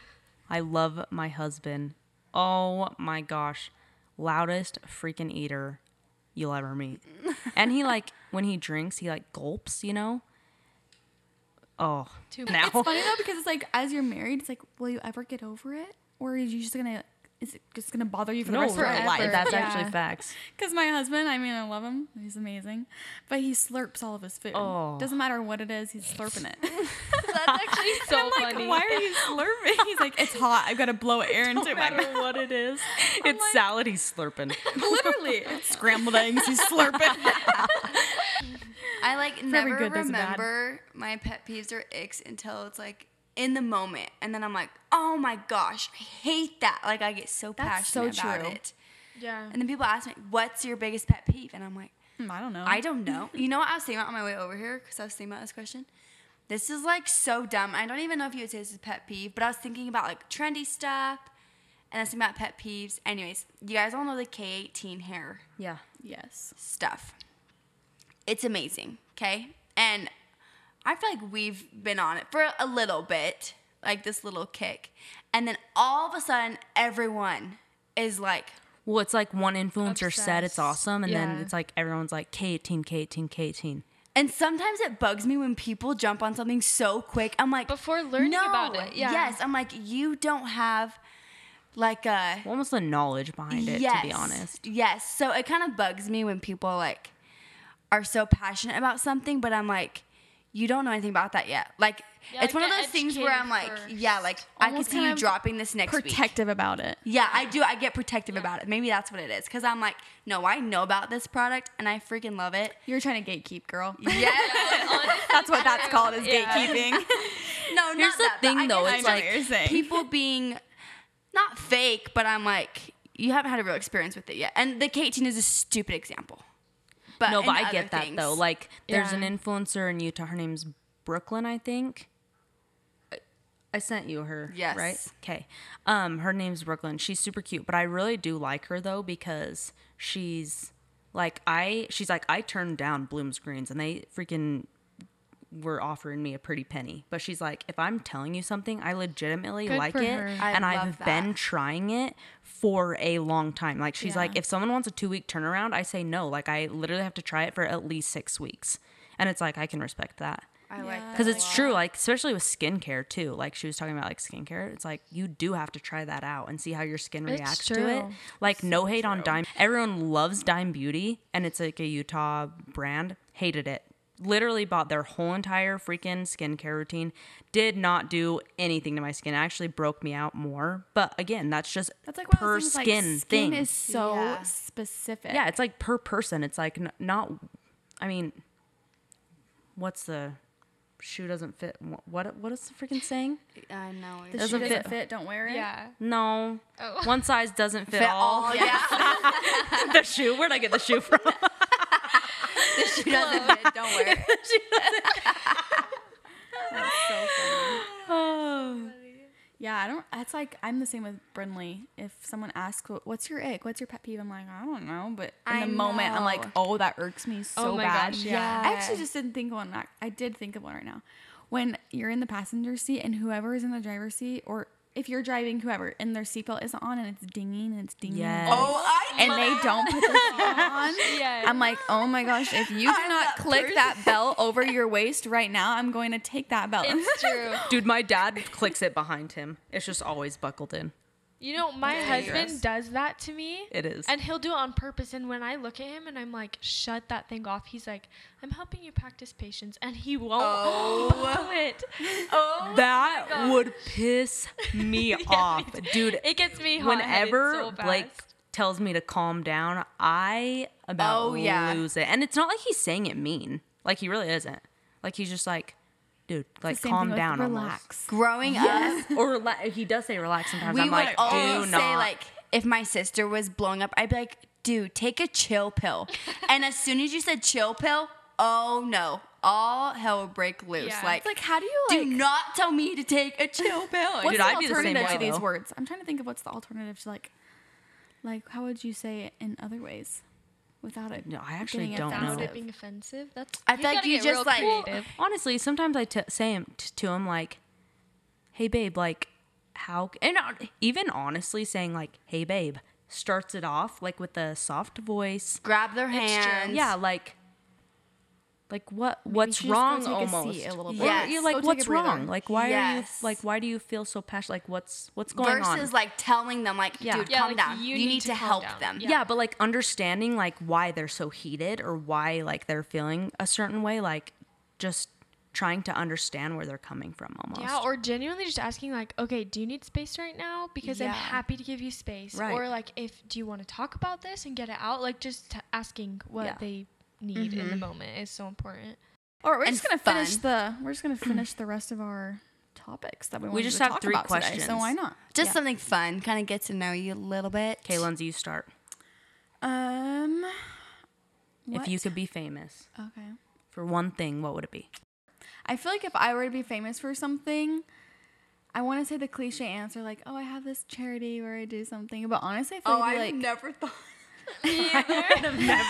Speaker 3: i love my husband oh my gosh loudest freaking eater you'll ever meet and he like when he drinks he like gulps you know oh
Speaker 5: Too much.
Speaker 3: now
Speaker 2: It's funny though because it's like as you're married, it's like, will you ever get over it, or is you just gonna is it just gonna bother you for the
Speaker 3: no
Speaker 2: rest of your
Speaker 5: forever.
Speaker 2: life?
Speaker 3: that's
Speaker 5: Yeah.
Speaker 3: actually facts
Speaker 2: Because my husband, I mean, I love him. He's amazing, but he slurps all of his food.
Speaker 3: Oh.
Speaker 2: Doesn't matter what it is, he's slurping it.
Speaker 5: That's actually so
Speaker 2: I'm like,
Speaker 5: funny.
Speaker 2: why are you slurping? He's like, it's hot. I've got to blow air into my mouth.
Speaker 3: what it is it's
Speaker 2: like-
Speaker 3: salad he's slurping
Speaker 2: Literally, it's scrambled eggs. He's slurping.
Speaker 4: I like
Speaker 2: every
Speaker 4: never
Speaker 2: good, there's a bad.
Speaker 4: remember my pet peeves or icks until it's like in the moment, and then I'm like, oh my gosh, I hate that. Like I get so
Speaker 2: That's so
Speaker 4: passionate about
Speaker 2: true.
Speaker 4: it.
Speaker 5: Yeah.
Speaker 4: And then people ask me, what's your biggest pet peeve? And I'm like,
Speaker 2: Hmm, I don't know.
Speaker 4: I don't know. You know what I was thinking about on my way over here because I was thinking about this question. This is like so dumb. I don't even know if you would say this is a pet peeve, but I was thinking about like trendy stuff and I was thinking about pet peeves. Anyways, you guys all know the K18 hair
Speaker 3: yeah
Speaker 2: yes.
Speaker 4: stuff. It's amazing, okay? And I feel like we've been on it for a little bit, like this little kick. And then all of a sudden, everyone is like,
Speaker 3: well it's like one influencer said it's
Speaker 5: Obsessed.
Speaker 3: awesome and then
Speaker 5: Yeah.
Speaker 3: it's like everyone's like k18 k18 k18
Speaker 4: And sometimes it bugs me when people jump on something so quick. I'm like,
Speaker 5: Before learning about it, yeah.
Speaker 4: Yes. I'm like, you don't have like a.
Speaker 3: Almost the knowledge behind it, to be honest.
Speaker 4: Yes. So it kind of bugs me when people like are so passionate about something, but I'm like, you don't know anything about that yet. Like,
Speaker 5: Yeah,
Speaker 4: it's
Speaker 5: like,
Speaker 4: one of
Speaker 5: get
Speaker 4: those things where
Speaker 5: educated
Speaker 4: I'm like,
Speaker 5: first.
Speaker 4: yeah, like I could
Speaker 2: Almost
Speaker 4: see
Speaker 2: kind
Speaker 4: you
Speaker 2: of
Speaker 4: dropping this next week.
Speaker 2: protective about it.
Speaker 4: Yeah, I do. I get protective about it. Maybe that's what it is. Cause I'm like, no, I know about this product and I freaking love it.
Speaker 2: You're trying to gatekeep, girl.
Speaker 4: Yeah.
Speaker 2: That's what that's called is
Speaker 5: Yeah.
Speaker 2: gatekeeping.
Speaker 4: no,
Speaker 3: Here's
Speaker 4: not
Speaker 3: the
Speaker 4: that, but
Speaker 3: thing,
Speaker 4: I
Speaker 3: though,
Speaker 4: guess
Speaker 3: it's
Speaker 2: I know what you're saying.
Speaker 4: people being not fake, but I'm like, you haven't had a real experience with it yet. And the K18 is a stupid example. But
Speaker 3: no,
Speaker 4: in
Speaker 3: but I
Speaker 4: other
Speaker 3: get that
Speaker 4: things-
Speaker 3: though. Like, there's
Speaker 5: Yeah.
Speaker 3: an influencer in Utah. Her name's Brooklyn, I think. I- I sent you her.
Speaker 4: Yes.
Speaker 3: Right. Okay. Um, her name's Brooklyn. She's super cute, but I really do like her though because she's like I. She's like I turned down Bloom's Greens, and they freaking were offering me a pretty penny. But she's like, if I'm telling you something, I legitimately
Speaker 5: Good
Speaker 3: like
Speaker 5: for
Speaker 3: it,
Speaker 5: her.
Speaker 4: I
Speaker 3: and
Speaker 4: love
Speaker 3: I've
Speaker 4: that.
Speaker 3: been trying it for a long time. Like she's like,
Speaker 2: Yeah.
Speaker 3: if someone wants a two week turnaround, I say no. Like I literally have to try it for at least six weeks, and it's like I can respect that
Speaker 4: I like that.
Speaker 3: because it's true. Like especially with skincare too. Like she was talking about like skincare. It's like you do have to try that out and see how your skin
Speaker 5: It's
Speaker 3: reacts to it.
Speaker 5: true.
Speaker 3: Like no hate on Dime. Everyone loves Dime Beauty, and it's like a Utah brand. Hated it. Literally bought their whole entire freaking skincare routine. Did not do anything to my skin. It actually broke me out more. But again, that's just
Speaker 2: That's like one
Speaker 3: per
Speaker 2: of those things, like,
Speaker 3: skin
Speaker 2: skin
Speaker 3: thing.
Speaker 2: is so
Speaker 4: Yeah.
Speaker 2: specific.
Speaker 3: yeah, it's like per person. It's like n- not. I mean, what's the shoe doesn't fit? wh- What what is the freaking saying?
Speaker 4: I know.
Speaker 2: the
Speaker 4: it's
Speaker 2: shoe
Speaker 3: doesn't
Speaker 2: doesn't
Speaker 3: fit.
Speaker 2: fit. Don't wear it.
Speaker 5: Yeah.
Speaker 3: No,
Speaker 5: Oh.
Speaker 3: one size doesn't fit,
Speaker 4: fit
Speaker 3: all.
Speaker 4: all. Yeah.
Speaker 3: the shoe. Where'd I get the shoe from?
Speaker 4: She doesn't fit. Don't wear it.
Speaker 2: Yeah, I don't. It's like I'm the same with Brinley. If someone asks, "Wh- "What's your ick? What's your pet peeve?" I'm like, "I don't know," but in
Speaker 4: I
Speaker 2: the moment, I'm like,
Speaker 4: know.
Speaker 2: "Oh, that irks me so
Speaker 5: Oh my
Speaker 2: bad."
Speaker 5: gosh, yeah.
Speaker 2: I actually just didn't think of one. I- I did think of one right now. When you're in the passenger seat and whoever is in the driver's seat, or if you're driving, whoever and their seatbelt is on and it's dinging and it's dinging. and it's
Speaker 3: Yes.
Speaker 2: dinging,
Speaker 4: Oh, I.
Speaker 2: And they don't put their seatbelt on.
Speaker 5: Yes.
Speaker 2: I'm like, oh my gosh! If you do
Speaker 4: I'm
Speaker 2: not
Speaker 4: that
Speaker 2: click
Speaker 4: person.
Speaker 2: that belt over your waist right now, I'm going to take that belt.
Speaker 5: It's true.
Speaker 3: Dude, my dad clicks it behind him. It's just always buckled in.
Speaker 5: You know, my husband does that to me.
Speaker 3: It is.
Speaker 5: And he'll do it on purpose. And when I look at him and I'm like, shut that thing off, he's like, I'm helping you practice patience. And he won't do it. Oh,
Speaker 3: that
Speaker 5: God.
Speaker 3: would piss me off, dude.
Speaker 5: it gets me hot.
Speaker 3: whenever
Speaker 5: so
Speaker 3: Blake
Speaker 5: fast.
Speaker 3: tells me to calm down, I about
Speaker 4: Oh, yeah.
Speaker 3: lose it. And it's not like he's saying it mean. Like he really isn't. Like he's just like, dude, like
Speaker 2: Same
Speaker 3: calm
Speaker 2: thing with
Speaker 3: down, relax.
Speaker 2: Relax.
Speaker 4: Growing up,
Speaker 3: Or rela- he does say relax sometimes.
Speaker 4: we
Speaker 3: I'm
Speaker 4: would
Speaker 3: like, do
Speaker 4: always
Speaker 3: not.
Speaker 4: say like, if my sister was blowing up, I'd be like, dude, take a chill pill. and as soon as you said chill pill, oh no, all hell would break loose.
Speaker 5: Yeah.
Speaker 4: Like,
Speaker 2: It's like, how do you
Speaker 4: do
Speaker 2: like?
Speaker 4: not tell me to take a chill pill.
Speaker 2: what's
Speaker 3: Dude,
Speaker 2: the
Speaker 3: I'd be the same
Speaker 2: alternative
Speaker 3: way,
Speaker 2: to these
Speaker 3: though.
Speaker 2: words? I'm trying to think of what's the alternative to like, like how would you say it in other ways, without it?
Speaker 3: No, I actually
Speaker 2: getting
Speaker 3: don't know.
Speaker 5: Sounds
Speaker 2: offensive?
Speaker 5: like being offensive. That's
Speaker 4: I feel like
Speaker 5: gotta
Speaker 4: you
Speaker 5: get real
Speaker 4: just, like-
Speaker 5: creative.
Speaker 3: honestly, sometimes I t- say him- t- to him like, "Hey, babe, like, how?" And uh, even honestly, saying like, "Hey, babe," starts it off like with a soft voice.
Speaker 4: Grab their
Speaker 5: It's true.
Speaker 4: hands.
Speaker 3: Yeah, like, like what?
Speaker 2: you
Speaker 3: what's
Speaker 2: should just go
Speaker 3: wrong?
Speaker 2: take a seat
Speaker 3: almost.
Speaker 2: a little
Speaker 3: Or
Speaker 2: bit.
Speaker 4: Yes.
Speaker 3: you're
Speaker 2: Go
Speaker 3: like,
Speaker 2: take a
Speaker 3: what's
Speaker 2: breather.
Speaker 3: wrong? Like, why
Speaker 4: Yes.
Speaker 3: are you like? Why do you feel so passionate? Like, what's what's going on?
Speaker 4: Versus like telling them like,
Speaker 3: Yeah.
Speaker 4: dude,
Speaker 5: Yeah,
Speaker 4: calm
Speaker 5: like,
Speaker 4: down. You, need, to
Speaker 5: calm
Speaker 4: help
Speaker 5: down.
Speaker 4: them.
Speaker 5: Yeah.
Speaker 3: yeah. but like understanding like why they're so heated or why like they're feeling a certain way, like just trying to understand where they're coming from almost.
Speaker 5: Yeah, or genuinely just asking like, okay, do you need space right now? Because I'm happy to give you space.
Speaker 3: Right.
Speaker 5: Or like, if do you want to talk about this and get it out? Like, just t- asking what
Speaker 3: Yeah. Mm-hmm.
Speaker 5: they need in the moment is so important.
Speaker 2: Or we're
Speaker 4: And
Speaker 2: just gonna
Speaker 4: fun.
Speaker 2: finish the. We're just gonna finish the rest of our topics that we wanted
Speaker 3: just
Speaker 2: to
Speaker 3: have
Speaker 2: talk
Speaker 3: three
Speaker 2: about Today, so
Speaker 3: questions.
Speaker 2: why not?
Speaker 4: Just something fun, kind of get to know you a little bit.
Speaker 3: Okay, Lindsay, you start.
Speaker 2: Um.
Speaker 3: If you could be famous
Speaker 2: Okay.
Speaker 3: for one thing, what would it be?
Speaker 2: I feel like if I were to be famous for something, I want to say the cliche answer like, "Oh, I have this charity where I do something." But honestly, I feel
Speaker 5: Oh,
Speaker 2: like, it'd be like
Speaker 4: Oh, never thought.
Speaker 3: Never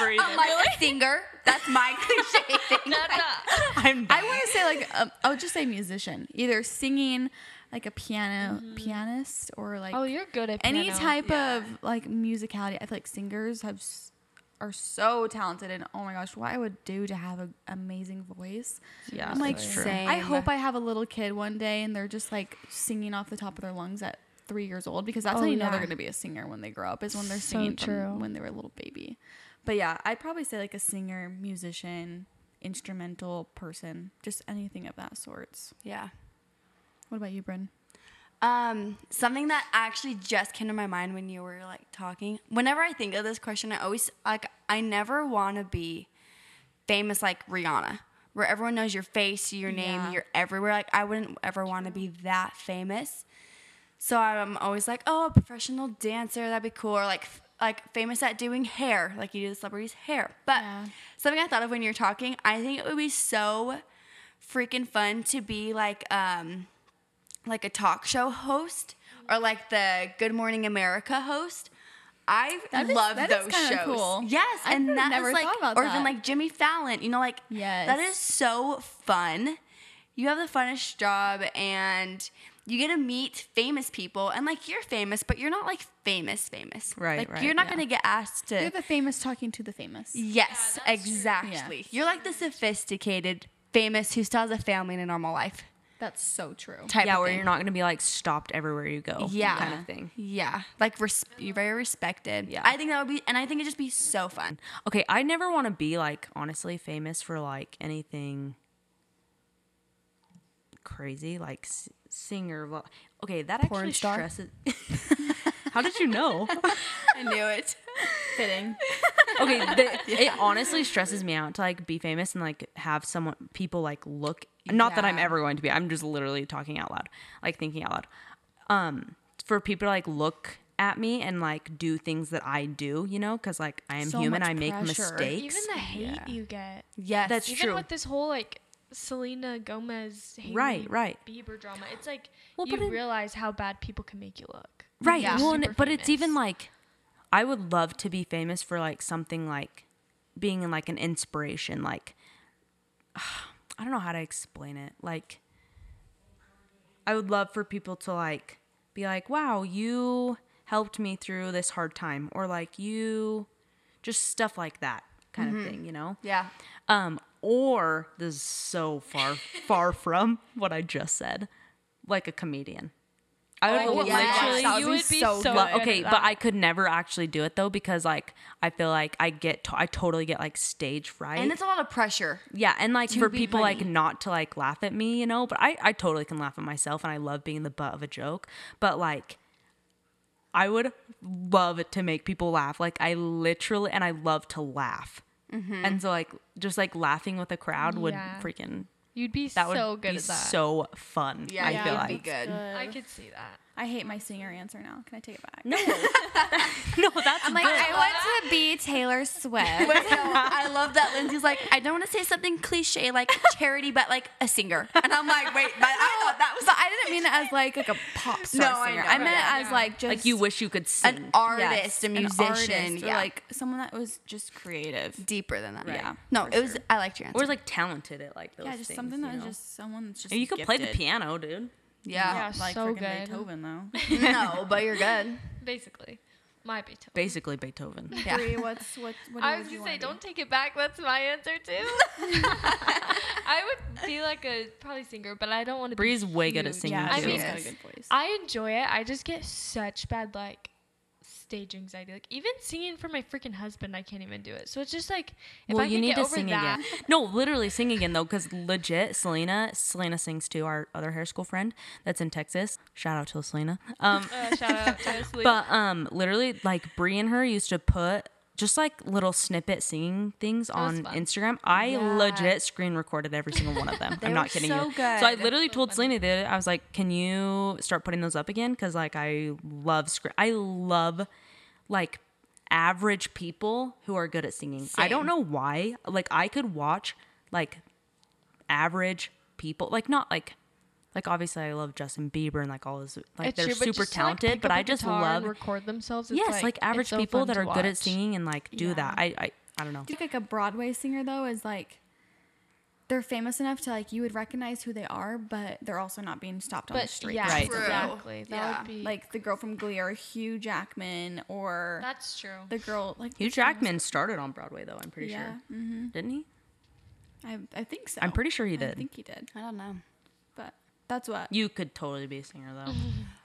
Speaker 4: I'm like a singer. That's my cliche thing.
Speaker 3: I'm
Speaker 2: I want to say like um, I would just say musician, either singing like a piano pianist or like
Speaker 5: Mm-hmm. Oh, you're good at
Speaker 2: any
Speaker 5: piano.
Speaker 2: type of like musicality. I feel like singers have s- are so talented, and oh my gosh, what I would do to have an amazing voice.
Speaker 3: Yeah,
Speaker 2: I'm like,
Speaker 3: that's
Speaker 2: I hope I have a little kid one day, and they're just like singing off the top of their lungs at three years old, because that's
Speaker 5: Oh,
Speaker 2: how you know
Speaker 5: yeah.
Speaker 2: they're gonna be a singer when they grow up. Is when they're
Speaker 5: So
Speaker 2: singing from
Speaker 5: true.
Speaker 2: when they were a little baby. But yeah, I'd probably say like a singer, musician, instrumental person, just anything of that sorts.
Speaker 4: Yeah.
Speaker 2: What about you, Bryn?
Speaker 4: Um, something that actually just came to my mind when you were like talking. Whenever I think of this question, I always like I never want to be famous like Rihanna, where everyone knows your face, your name,
Speaker 2: Yeah.
Speaker 4: you're everywhere. Like I wouldn't ever want to be that famous. So I'm always like, oh, a professional dancer, that'd be cool, or like f- like famous at doing hair, like you do the celebrities' hair. But
Speaker 2: Yeah.
Speaker 4: something I thought of when you're talking, I think it would be so freaking fun to be like um like a talk show host or like the Good Morning America host. I
Speaker 2: That is-
Speaker 4: love
Speaker 2: that is
Speaker 4: those
Speaker 2: kinda
Speaker 4: shows.
Speaker 2: cool.
Speaker 4: Yes,
Speaker 2: I
Speaker 4: and
Speaker 2: would've
Speaker 4: that
Speaker 2: never
Speaker 4: is like,
Speaker 2: thought about
Speaker 4: or even
Speaker 2: that.
Speaker 4: like Jimmy Fallon. You know, like
Speaker 2: Yes.
Speaker 4: that is so fun. You have the funnest job, and you get to meet famous people, and like you're famous, but you're not like famous famous.
Speaker 3: Right,
Speaker 4: Like
Speaker 3: right,
Speaker 4: you're not
Speaker 3: yeah.
Speaker 4: gonna get asked to.
Speaker 2: You're the famous talking to the famous.
Speaker 4: yes,
Speaker 1: Yeah, that's true.
Speaker 4: exactly. You're like the sophisticated famous who still has a family and a normal life
Speaker 2: That's so true.
Speaker 4: type.
Speaker 3: yeah,
Speaker 4: of
Speaker 3: where
Speaker 4: thing.
Speaker 3: you're not gonna be like stopped everywhere you go.
Speaker 4: yeah
Speaker 3: kind of thing.
Speaker 4: yeah like res- you're very respected
Speaker 3: Yeah.
Speaker 4: i think that would be and i think it'd just be so fun
Speaker 3: Okay, I never want to be like honestly famous for like anything crazy, like s- singer. Well, okay, that
Speaker 2: Porn
Speaker 3: actually
Speaker 2: star?
Speaker 3: stresses. How did you know?
Speaker 4: i knew it
Speaker 2: Fitting.
Speaker 3: okay, the, it honestly stresses me out to like be famous and like have someone people like look. Not that I'm
Speaker 4: Yeah.
Speaker 3: ever going to be. I'm just literally talking out loud, like thinking out loud. Um, for people to like look at me and like do things that I do, you know, because like I am
Speaker 2: So
Speaker 3: human.
Speaker 2: much
Speaker 3: I make
Speaker 2: pressure.
Speaker 3: mistakes.
Speaker 5: Even the hate you get.
Speaker 4: yes
Speaker 3: That's
Speaker 5: Even
Speaker 3: true.
Speaker 5: with this whole like Selena Gomez, Hailey
Speaker 3: Right, right.
Speaker 5: Bieber drama, it's like
Speaker 3: Well,
Speaker 5: you
Speaker 3: but it-
Speaker 5: realize how bad people can make you look.
Speaker 3: right
Speaker 2: Yeah.
Speaker 3: well, and-
Speaker 5: Super
Speaker 3: but it's even
Speaker 5: famous.
Speaker 3: like i would love to be famous for like something like being in like an inspiration like i don't know how to explain it like i would love for people to like be like wow you helped me through this hard time or like you just stuff like that kind of thing you know
Speaker 4: yeah
Speaker 3: um, or this is so far far from what I just said, like a comedian. I
Speaker 5: Oh,
Speaker 3: would
Speaker 4: yes.
Speaker 3: literally
Speaker 4: That
Speaker 5: you
Speaker 4: would
Speaker 5: would
Speaker 4: be
Speaker 5: be
Speaker 4: so
Speaker 5: so, good.
Speaker 4: good.
Speaker 3: love-
Speaker 5: at
Speaker 3: Uh, okay,
Speaker 5: that.
Speaker 3: but I could never actually do it though because like I feel like I get to- I totally get like stage fright.
Speaker 4: and it's a lot of pressure
Speaker 3: yeah, and like for
Speaker 4: be
Speaker 3: people like
Speaker 4: funny.
Speaker 3: not to like laugh at me, you know, but I I totally can laugh at myself and I love being the butt of a joke, but like I would love to make people laugh. Like I literally and I love to laugh. And so like just like laughing with a crowd would
Speaker 5: Yeah.
Speaker 3: freaking
Speaker 5: you'd be
Speaker 3: that would
Speaker 5: so
Speaker 3: be
Speaker 5: good at that.
Speaker 3: so fun.
Speaker 4: yeah
Speaker 3: I
Speaker 4: yeah,
Speaker 3: feel
Speaker 4: it'd
Speaker 3: like
Speaker 4: be good
Speaker 5: I could see that.
Speaker 2: I hate my singer answer now. Can I take it back?
Speaker 3: no, that's
Speaker 4: I'm like,
Speaker 3: good.
Speaker 4: I want to be Taylor Swift. Wait, no, I love that Lindsay's like, I don't want to say something cliche like charity, but like a singer. And I'm like, wait, but I thought that was.
Speaker 2: But I didn't mean it as like like a pop star
Speaker 4: No, I
Speaker 2: singer.
Speaker 4: know.
Speaker 2: I, meant
Speaker 4: Yeah.
Speaker 2: it as like just
Speaker 3: like you wish you could sing.
Speaker 4: an artist,
Speaker 2: Yes,
Speaker 4: a
Speaker 2: an
Speaker 4: musician,
Speaker 2: artist, or,
Speaker 4: yeah.
Speaker 2: like someone that was just creative.
Speaker 4: deeper than that.
Speaker 2: Right.
Speaker 4: Yeah. No, it was. I liked your answer.
Speaker 3: or like talented at like those
Speaker 2: yeah, just
Speaker 3: things,
Speaker 2: something
Speaker 3: you
Speaker 2: that was
Speaker 3: know?
Speaker 2: just someone that's just
Speaker 3: you could play the
Speaker 2: gifted.
Speaker 3: piano, dude.
Speaker 4: yeah.
Speaker 5: Yeah. so
Speaker 2: frickin'
Speaker 5: good.
Speaker 2: Beethoven though.
Speaker 4: no, but you're good.
Speaker 5: Basically, my Beethoven.
Speaker 3: Basically Beethoven.
Speaker 4: Yeah.
Speaker 2: Bree, what's what? what
Speaker 5: I
Speaker 2: would
Speaker 5: was
Speaker 2: you
Speaker 5: gonna
Speaker 2: wanna
Speaker 5: say,
Speaker 2: be?
Speaker 5: don't take it back. That's my answer too. I would be like a probably singer, but I don't want to.
Speaker 3: Bree's
Speaker 5: be
Speaker 3: way good at
Speaker 5: huge.
Speaker 3: singing
Speaker 2: Yeah,
Speaker 5: I
Speaker 3: too.
Speaker 5: mean-
Speaker 2: she's got a good voice.
Speaker 5: I enjoy it. I just get such bad like stage anxiety. Like even singing for my freaking husband, I can't even do it. So it's just like if
Speaker 3: well,
Speaker 5: I
Speaker 3: you
Speaker 5: could
Speaker 3: need
Speaker 5: get
Speaker 3: to
Speaker 5: over
Speaker 3: sing
Speaker 5: that,
Speaker 3: again. No, literally sing again though, because legit, Selena, Selena sings too. Our other hair school friend that's in Texas. Shout out to Selena. Um,
Speaker 5: uh, shout out to Sleep.
Speaker 3: But um, literally, like Brie and her used to put just like little snippet singing things
Speaker 5: was
Speaker 3: on
Speaker 5: fun.
Speaker 3: Instagram. I
Speaker 4: Yeah.
Speaker 3: legit screen recorded every single one of them. I'm
Speaker 4: were
Speaker 3: not kidding
Speaker 4: so
Speaker 3: you.
Speaker 4: good.
Speaker 3: So I literally told Selena that I was like, "Can you start putting those up again? Because like I love screen. I love like." average people who are good at singing. I don't
Speaker 4: Same.
Speaker 3: know why. Like I could watch like average people, like not like like obviously I love Justin Bieber and like all this like
Speaker 5: It's
Speaker 3: they're
Speaker 5: true, but
Speaker 3: super
Speaker 5: just to, like,
Speaker 3: talented,
Speaker 5: pick
Speaker 3: but
Speaker 5: up a
Speaker 3: I just
Speaker 5: guitar and
Speaker 3: love
Speaker 5: record themselves. It's,
Speaker 3: yes, like,
Speaker 5: like,
Speaker 3: average
Speaker 5: it's so
Speaker 3: people
Speaker 5: fun
Speaker 3: that
Speaker 5: to
Speaker 3: are good
Speaker 5: watch.
Speaker 3: at singing and like do that. I I I don't know.
Speaker 2: Do you think like a Broadway singer though is like they're famous enough to like you would recognize who they are, but they're also not being stopped on the
Speaker 5: But
Speaker 2: street.
Speaker 5: yeah,
Speaker 1: Right. True.
Speaker 5: exactly. That
Speaker 4: Yeah.
Speaker 5: would be
Speaker 2: Like the girl from Glee or Hugh Jackman or
Speaker 5: that's true.
Speaker 2: the girl like
Speaker 3: Hugh Jackman started on Broadway though. I'm pretty
Speaker 2: Yeah.
Speaker 3: sure, didn't he?
Speaker 2: I, I think so.
Speaker 3: I'm pretty sure he
Speaker 2: I
Speaker 3: did.
Speaker 2: think he did.
Speaker 4: I don't know.
Speaker 2: But that's what
Speaker 3: You could totally be a singer though,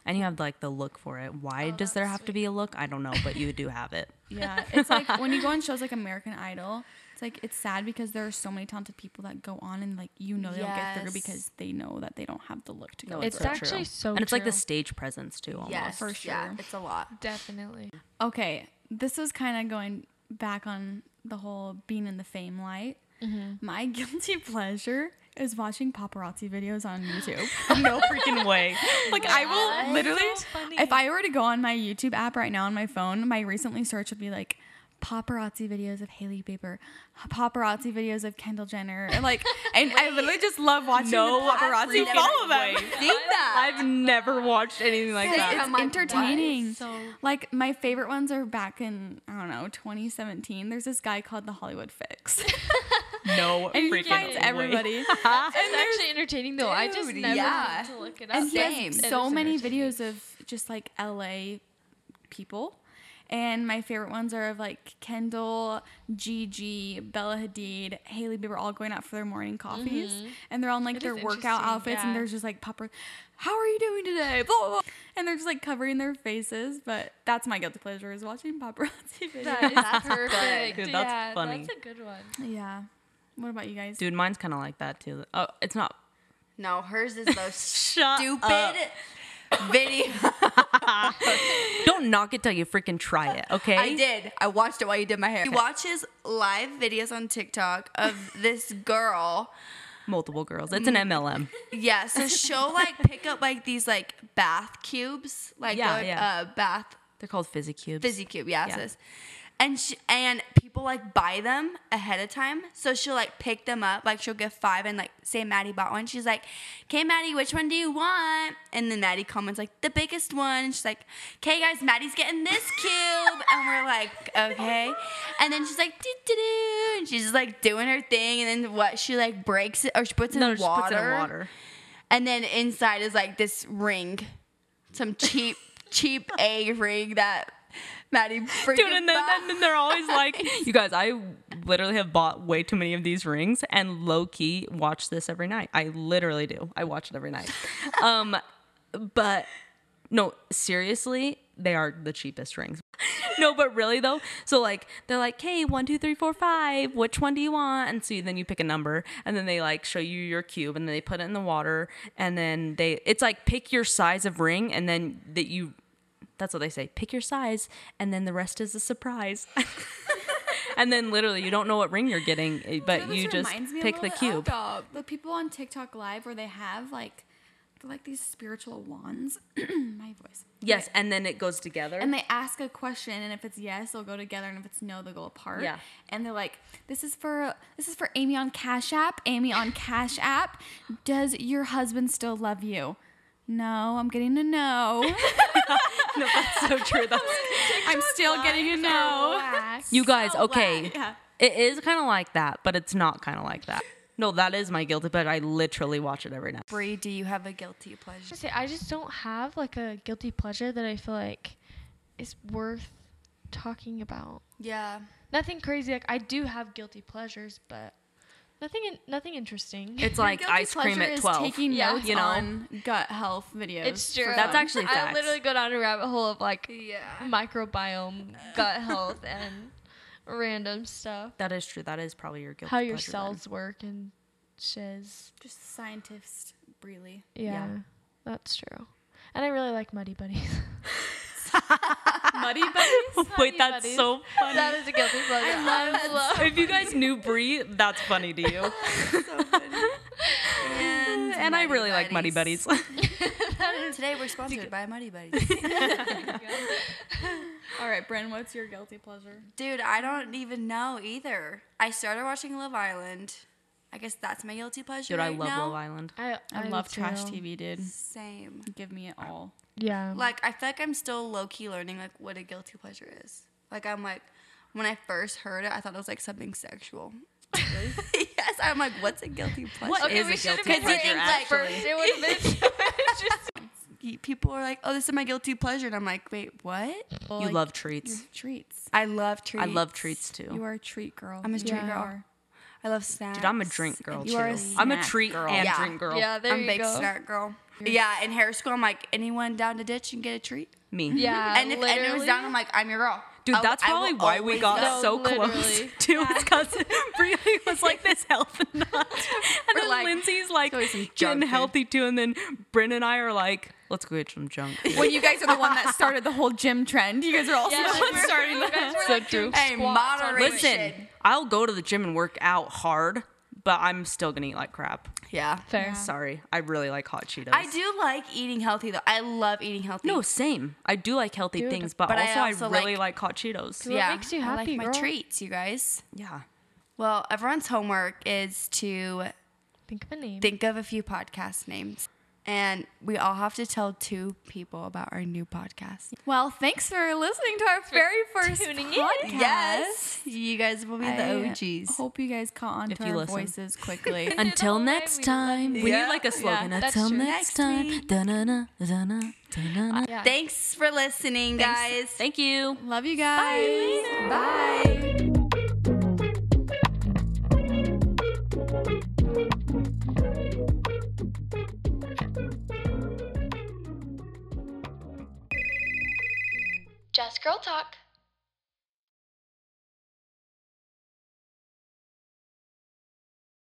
Speaker 3: and you have like the look for it. Why does there have to be a look? I don't know, but you do have it.
Speaker 2: Yeah, it's like when you go on shows like American Idol, it's like it's sad because there are so many talented people that go on and like you know they don't get through
Speaker 4: Yes.
Speaker 2: because they know that they don't have the look to go.
Speaker 5: it's
Speaker 2: through.
Speaker 5: so actually true. so
Speaker 3: and it's like the
Speaker 5: true.
Speaker 3: stage presence too. Almost.
Speaker 4: Yes,
Speaker 2: for
Speaker 4: Yeah,
Speaker 2: sure.
Speaker 4: it's a lot.
Speaker 5: Definitely.
Speaker 2: okay. This was kind of going back on the whole being in the fame light. My guilty pleasure is watching paparazzi videos on YouTube.
Speaker 3: no freaking way.
Speaker 2: like I will literally,
Speaker 5: so funny.
Speaker 2: if I were to go on my YouTube app right now on my phone, my recently search would be like paparazzi videos of Hailey Bieber, paparazzi videos of Kendall Jenner, and like, and I literally just love watching
Speaker 3: No
Speaker 2: the paparazzi
Speaker 3: freaking
Speaker 2: follow them.
Speaker 3: way. I've never watched anything like
Speaker 2: It's,
Speaker 3: that.
Speaker 2: it's entertaining.
Speaker 5: So-
Speaker 2: Like my favorite ones are back in I don't know 2017. There's this guy called the Hollywood Fix,
Speaker 3: No
Speaker 2: and he
Speaker 3: freaking
Speaker 2: finds
Speaker 3: way.
Speaker 2: everybody.
Speaker 5: It's actually entertaining though. I just
Speaker 4: Dude,
Speaker 5: never
Speaker 4: yeah.
Speaker 5: need to look it up.
Speaker 2: and he
Speaker 4: Same.
Speaker 2: has
Speaker 5: It
Speaker 2: so
Speaker 5: is
Speaker 2: many
Speaker 5: entertaining.
Speaker 2: videos of just like LA people. And my favorite ones are of like Kendall, Gigi, Bella Hadid, Haley Bieber all going out for their morning coffees. And they're all in like
Speaker 5: Mm-hmm. It
Speaker 2: their
Speaker 5: is
Speaker 2: workout
Speaker 5: interesting,
Speaker 2: outfits
Speaker 5: yeah.
Speaker 2: and there's just like popper how are you doing today? Blah, blah, blah. And they're just like covering their faces. But that's my guilty pleasure is watching paparazzi videos.
Speaker 5: That is perfect.
Speaker 3: Dude, that's
Speaker 5: yeah,
Speaker 3: funny.
Speaker 5: That's a good one.
Speaker 2: yeah. What about you guys?
Speaker 3: Dude, mine's kind of like that too. Oh, it's not.
Speaker 4: No, hers is those
Speaker 3: Shut
Speaker 4: stupid video.
Speaker 3: Don't knock it till you freaking try it, okay?
Speaker 4: I did. I watched it while you did my hair. He watches live videos on TikTok of this girl.
Speaker 3: Multiple girls. It's
Speaker 4: Mm-hmm.
Speaker 3: an MLM.
Speaker 4: Yeah, so she'll like pick up like these like bath cubes, like
Speaker 3: Yeah,
Speaker 4: a,
Speaker 3: yeah.
Speaker 4: a bath
Speaker 3: They're called Physicubes.
Speaker 4: fizzy cube, yeah,
Speaker 3: Yeah.
Speaker 4: sis. And she, and people like buy them ahead of time, so she'll like pick them up. Like she'll get five, and like say Maddie bought one. She's like, "Okay, Maddie, which one do you want?" And then Maddie comments like, "The biggest one." And she's like, "Okay, guys, Maddie's getting this cube," and we're like, "Okay." And then she's like, "Do do do," and she's just, like doing her thing. And then what? She like breaks it, or she puts it
Speaker 3: no,
Speaker 4: in
Speaker 3: just
Speaker 4: water.
Speaker 3: puts it in water.
Speaker 4: And then inside is like this ring, some cheap, cheap A ring that Maddie freaking
Speaker 3: Dude, and then,
Speaker 4: bought.
Speaker 3: and then they're always like, you guys, I literally have bought way too many of these rings and low key watch this every night. I literally do. I watch it every night. Um, but no, seriously, they are the cheapest rings. No, but really though. So like they're like, hey, one, two, three, four, five. Which one do you want? And so then you pick a number, and then they like show you your cube, and then they put it in the water, and then they it's like pick your size of ring, and then that you that's what they say. Pick your size, and then the rest is a surprise. and then literally, you don't know what ring you're getting, eh, but
Speaker 2: know,
Speaker 3: you
Speaker 2: this
Speaker 3: just
Speaker 2: reminds me a
Speaker 3: pick the
Speaker 2: little bit of uh,
Speaker 3: cube.
Speaker 2: The people on TikTok Live where they have like they're like these spiritual wands. my voice.
Speaker 3: Yes, and then it goes together.
Speaker 2: And they ask a question, and if it's yes, they'll go together, and if it's no, they'll go apart.
Speaker 3: Yeah.
Speaker 2: And they're like, "This is for this is for Amy on Cash App. Amy on Cash App, does your husband still love you? No, I'm getting a no.
Speaker 3: no, that's so true. That's,
Speaker 2: I'm still getting a no.
Speaker 5: Black.
Speaker 3: you guys, okay.
Speaker 2: Yeah.
Speaker 3: It is kind of like that, but it's not kind of like that. No, that is my guilty pleasure. I literally watch it every night.
Speaker 4: Bree, do you have a guilty pleasure?
Speaker 5: I say I just don't have like a guilty pleasure that I feel like is worth talking about.
Speaker 4: Yeah.
Speaker 5: Nothing crazy. Like I do have guilty pleasures, but nothing in, nothing interesting.
Speaker 3: It's like
Speaker 2: Guilty
Speaker 3: ice cream
Speaker 2: pleasure
Speaker 3: at
Speaker 2: is
Speaker 3: 12.
Speaker 2: Taking
Speaker 5: Yeah.
Speaker 2: notes
Speaker 3: You know?
Speaker 2: on gut health videos.
Speaker 5: It's true.
Speaker 3: That's actually
Speaker 5: I
Speaker 3: facts.
Speaker 5: literally go down a rabbit hole of like
Speaker 4: Yeah.
Speaker 5: microbiome, gut health, and random stuff.
Speaker 3: that is true. That is probably your guilty
Speaker 5: How your
Speaker 3: pleasure then.
Speaker 5: cells work and shiz.
Speaker 2: Just scientist Breely.
Speaker 5: Yeah, that's true. And I really like Muddy Buddies.
Speaker 2: Muddy buddies.
Speaker 3: Wait,
Speaker 5: Funny
Speaker 3: that's
Speaker 5: buddies.
Speaker 3: so funny.
Speaker 5: that is a guilty pleasure. I love,
Speaker 3: if you guys knew Brie, that's funny to you.
Speaker 4: And,
Speaker 3: and I really like Muddy Buddies.
Speaker 4: Today we're sponsored by Muddy Buddies.
Speaker 2: All right, Bren, what's your guilty pleasure?
Speaker 4: Dude, I don't even know either. I started watching Love Island. I guess that's my guilty pleasure.
Speaker 3: Dude, I
Speaker 4: right
Speaker 3: love
Speaker 4: now.
Speaker 3: Love Island.
Speaker 5: I,
Speaker 2: I,
Speaker 5: do
Speaker 2: love trash
Speaker 5: too.
Speaker 2: TV, dude.
Speaker 4: Same.
Speaker 2: Give me it all.
Speaker 5: Yeah.
Speaker 4: Like I feel like I'm still low key learning like what a guilty pleasure is. Like I'm like when I first heard it, I thought it was like something sexual. yes, I'm like, what's a guilty pleasure?
Speaker 3: What
Speaker 1: Okay,
Speaker 3: is
Speaker 1: we
Speaker 3: a
Speaker 1: should have
Speaker 3: guilty
Speaker 1: been
Speaker 4: Because you
Speaker 3: pleasure,
Speaker 4: think like
Speaker 3: actually?
Speaker 4: first,
Speaker 1: It would have been just
Speaker 4: people are like, oh, this is my guilty pleasure, and I'm like, wait, what?
Speaker 2: Well,
Speaker 3: you
Speaker 2: like,
Speaker 3: love treats.
Speaker 2: your treats.
Speaker 4: I love treats.
Speaker 3: I love treats too.
Speaker 2: You are a treat girl.
Speaker 4: I'm a
Speaker 2: You
Speaker 4: treat
Speaker 2: really
Speaker 4: girl.
Speaker 2: are.
Speaker 4: I love snacks.
Speaker 3: Dude, I'm a drink girl
Speaker 4: You
Speaker 3: too.
Speaker 4: are a
Speaker 3: I'm a
Speaker 4: snack
Speaker 3: treat
Speaker 4: girl.
Speaker 3: and
Speaker 4: Yeah.
Speaker 3: drink girl.
Speaker 1: yeah. There
Speaker 4: I'm
Speaker 1: you
Speaker 4: big
Speaker 1: go.
Speaker 4: snack girl. Yeah, in hair school, I'm like, anyone down to ditch and get a treat?
Speaker 3: Me.
Speaker 1: Yeah,
Speaker 4: and if anyone's
Speaker 1: literally.
Speaker 4: down, I'm like, I'm your girl.
Speaker 3: Uh, Dude,
Speaker 4: I will-
Speaker 3: that's
Speaker 4: I will
Speaker 3: probably why we
Speaker 4: always
Speaker 3: got
Speaker 4: go.
Speaker 3: so
Speaker 1: No,
Speaker 3: close
Speaker 1: literally.
Speaker 3: to Wisconsin. Really was like this health nut. And
Speaker 4: We're
Speaker 3: then
Speaker 4: like,
Speaker 3: Lindsay's like
Speaker 4: always some
Speaker 3: getting
Speaker 4: junk food.
Speaker 3: healthy too. And then Bryn and I are like, let's go get some junk.
Speaker 2: When you guys are the one that started the whole gym trend, you guys are also
Speaker 1: Yeah,
Speaker 2: the
Speaker 1: like,
Speaker 2: ones
Speaker 1: we're-
Speaker 2: starting
Speaker 1: you
Speaker 2: the
Speaker 1: guys were,
Speaker 5: So
Speaker 1: like, doing
Speaker 5: true.
Speaker 4: Hey,
Speaker 1: squats on
Speaker 4: moderation.
Speaker 1: weights.
Speaker 3: Listen, I'll go to the gym and work out hard, but I'm still gonna eat like crap.
Speaker 4: Yeah.
Speaker 5: Fair.
Speaker 3: Sorry, I really like hot Cheetos.
Speaker 4: I do like eating healthy though. I love eating healthy.
Speaker 3: No, same. I do like healthy
Speaker 5: Dude,
Speaker 3: things, but,
Speaker 4: but I
Speaker 3: also, I
Speaker 4: also
Speaker 3: really
Speaker 4: like-
Speaker 3: like, hot Cheetos.
Speaker 5: What makes you
Speaker 4: I
Speaker 5: happy,
Speaker 4: like my
Speaker 5: girl?
Speaker 4: treats, you guys.
Speaker 3: Yeah.
Speaker 4: Well, everyone's homework is to
Speaker 5: Think of a name.
Speaker 4: think of a few podcast names, and we all have to tell two people about our new podcast.
Speaker 2: Well, thanks for listening to our very first
Speaker 5: tuning in.
Speaker 2: podcast.
Speaker 4: you guys will be
Speaker 2: I
Speaker 4: the OGs.
Speaker 2: Hope you guys caught on
Speaker 3: If
Speaker 2: to
Speaker 3: you
Speaker 2: our
Speaker 3: listen.
Speaker 2: voices quickly.
Speaker 3: Until
Speaker 5: whole way,
Speaker 3: next
Speaker 5: we love
Speaker 3: time.
Speaker 5: you.
Speaker 3: We
Speaker 4: Yeah.
Speaker 3: need like a slogan.
Speaker 5: Yeah, that's
Speaker 3: Until
Speaker 5: true.
Speaker 3: next
Speaker 4: Next
Speaker 3: time.
Speaker 4: week.
Speaker 3: Da-na-na, da-na, da-na-na.
Speaker 5: Yeah.
Speaker 4: Thanks for listening, guys.
Speaker 3: Thank you.
Speaker 2: Love you guys.
Speaker 4: Bye.
Speaker 1: Just Girl Talk.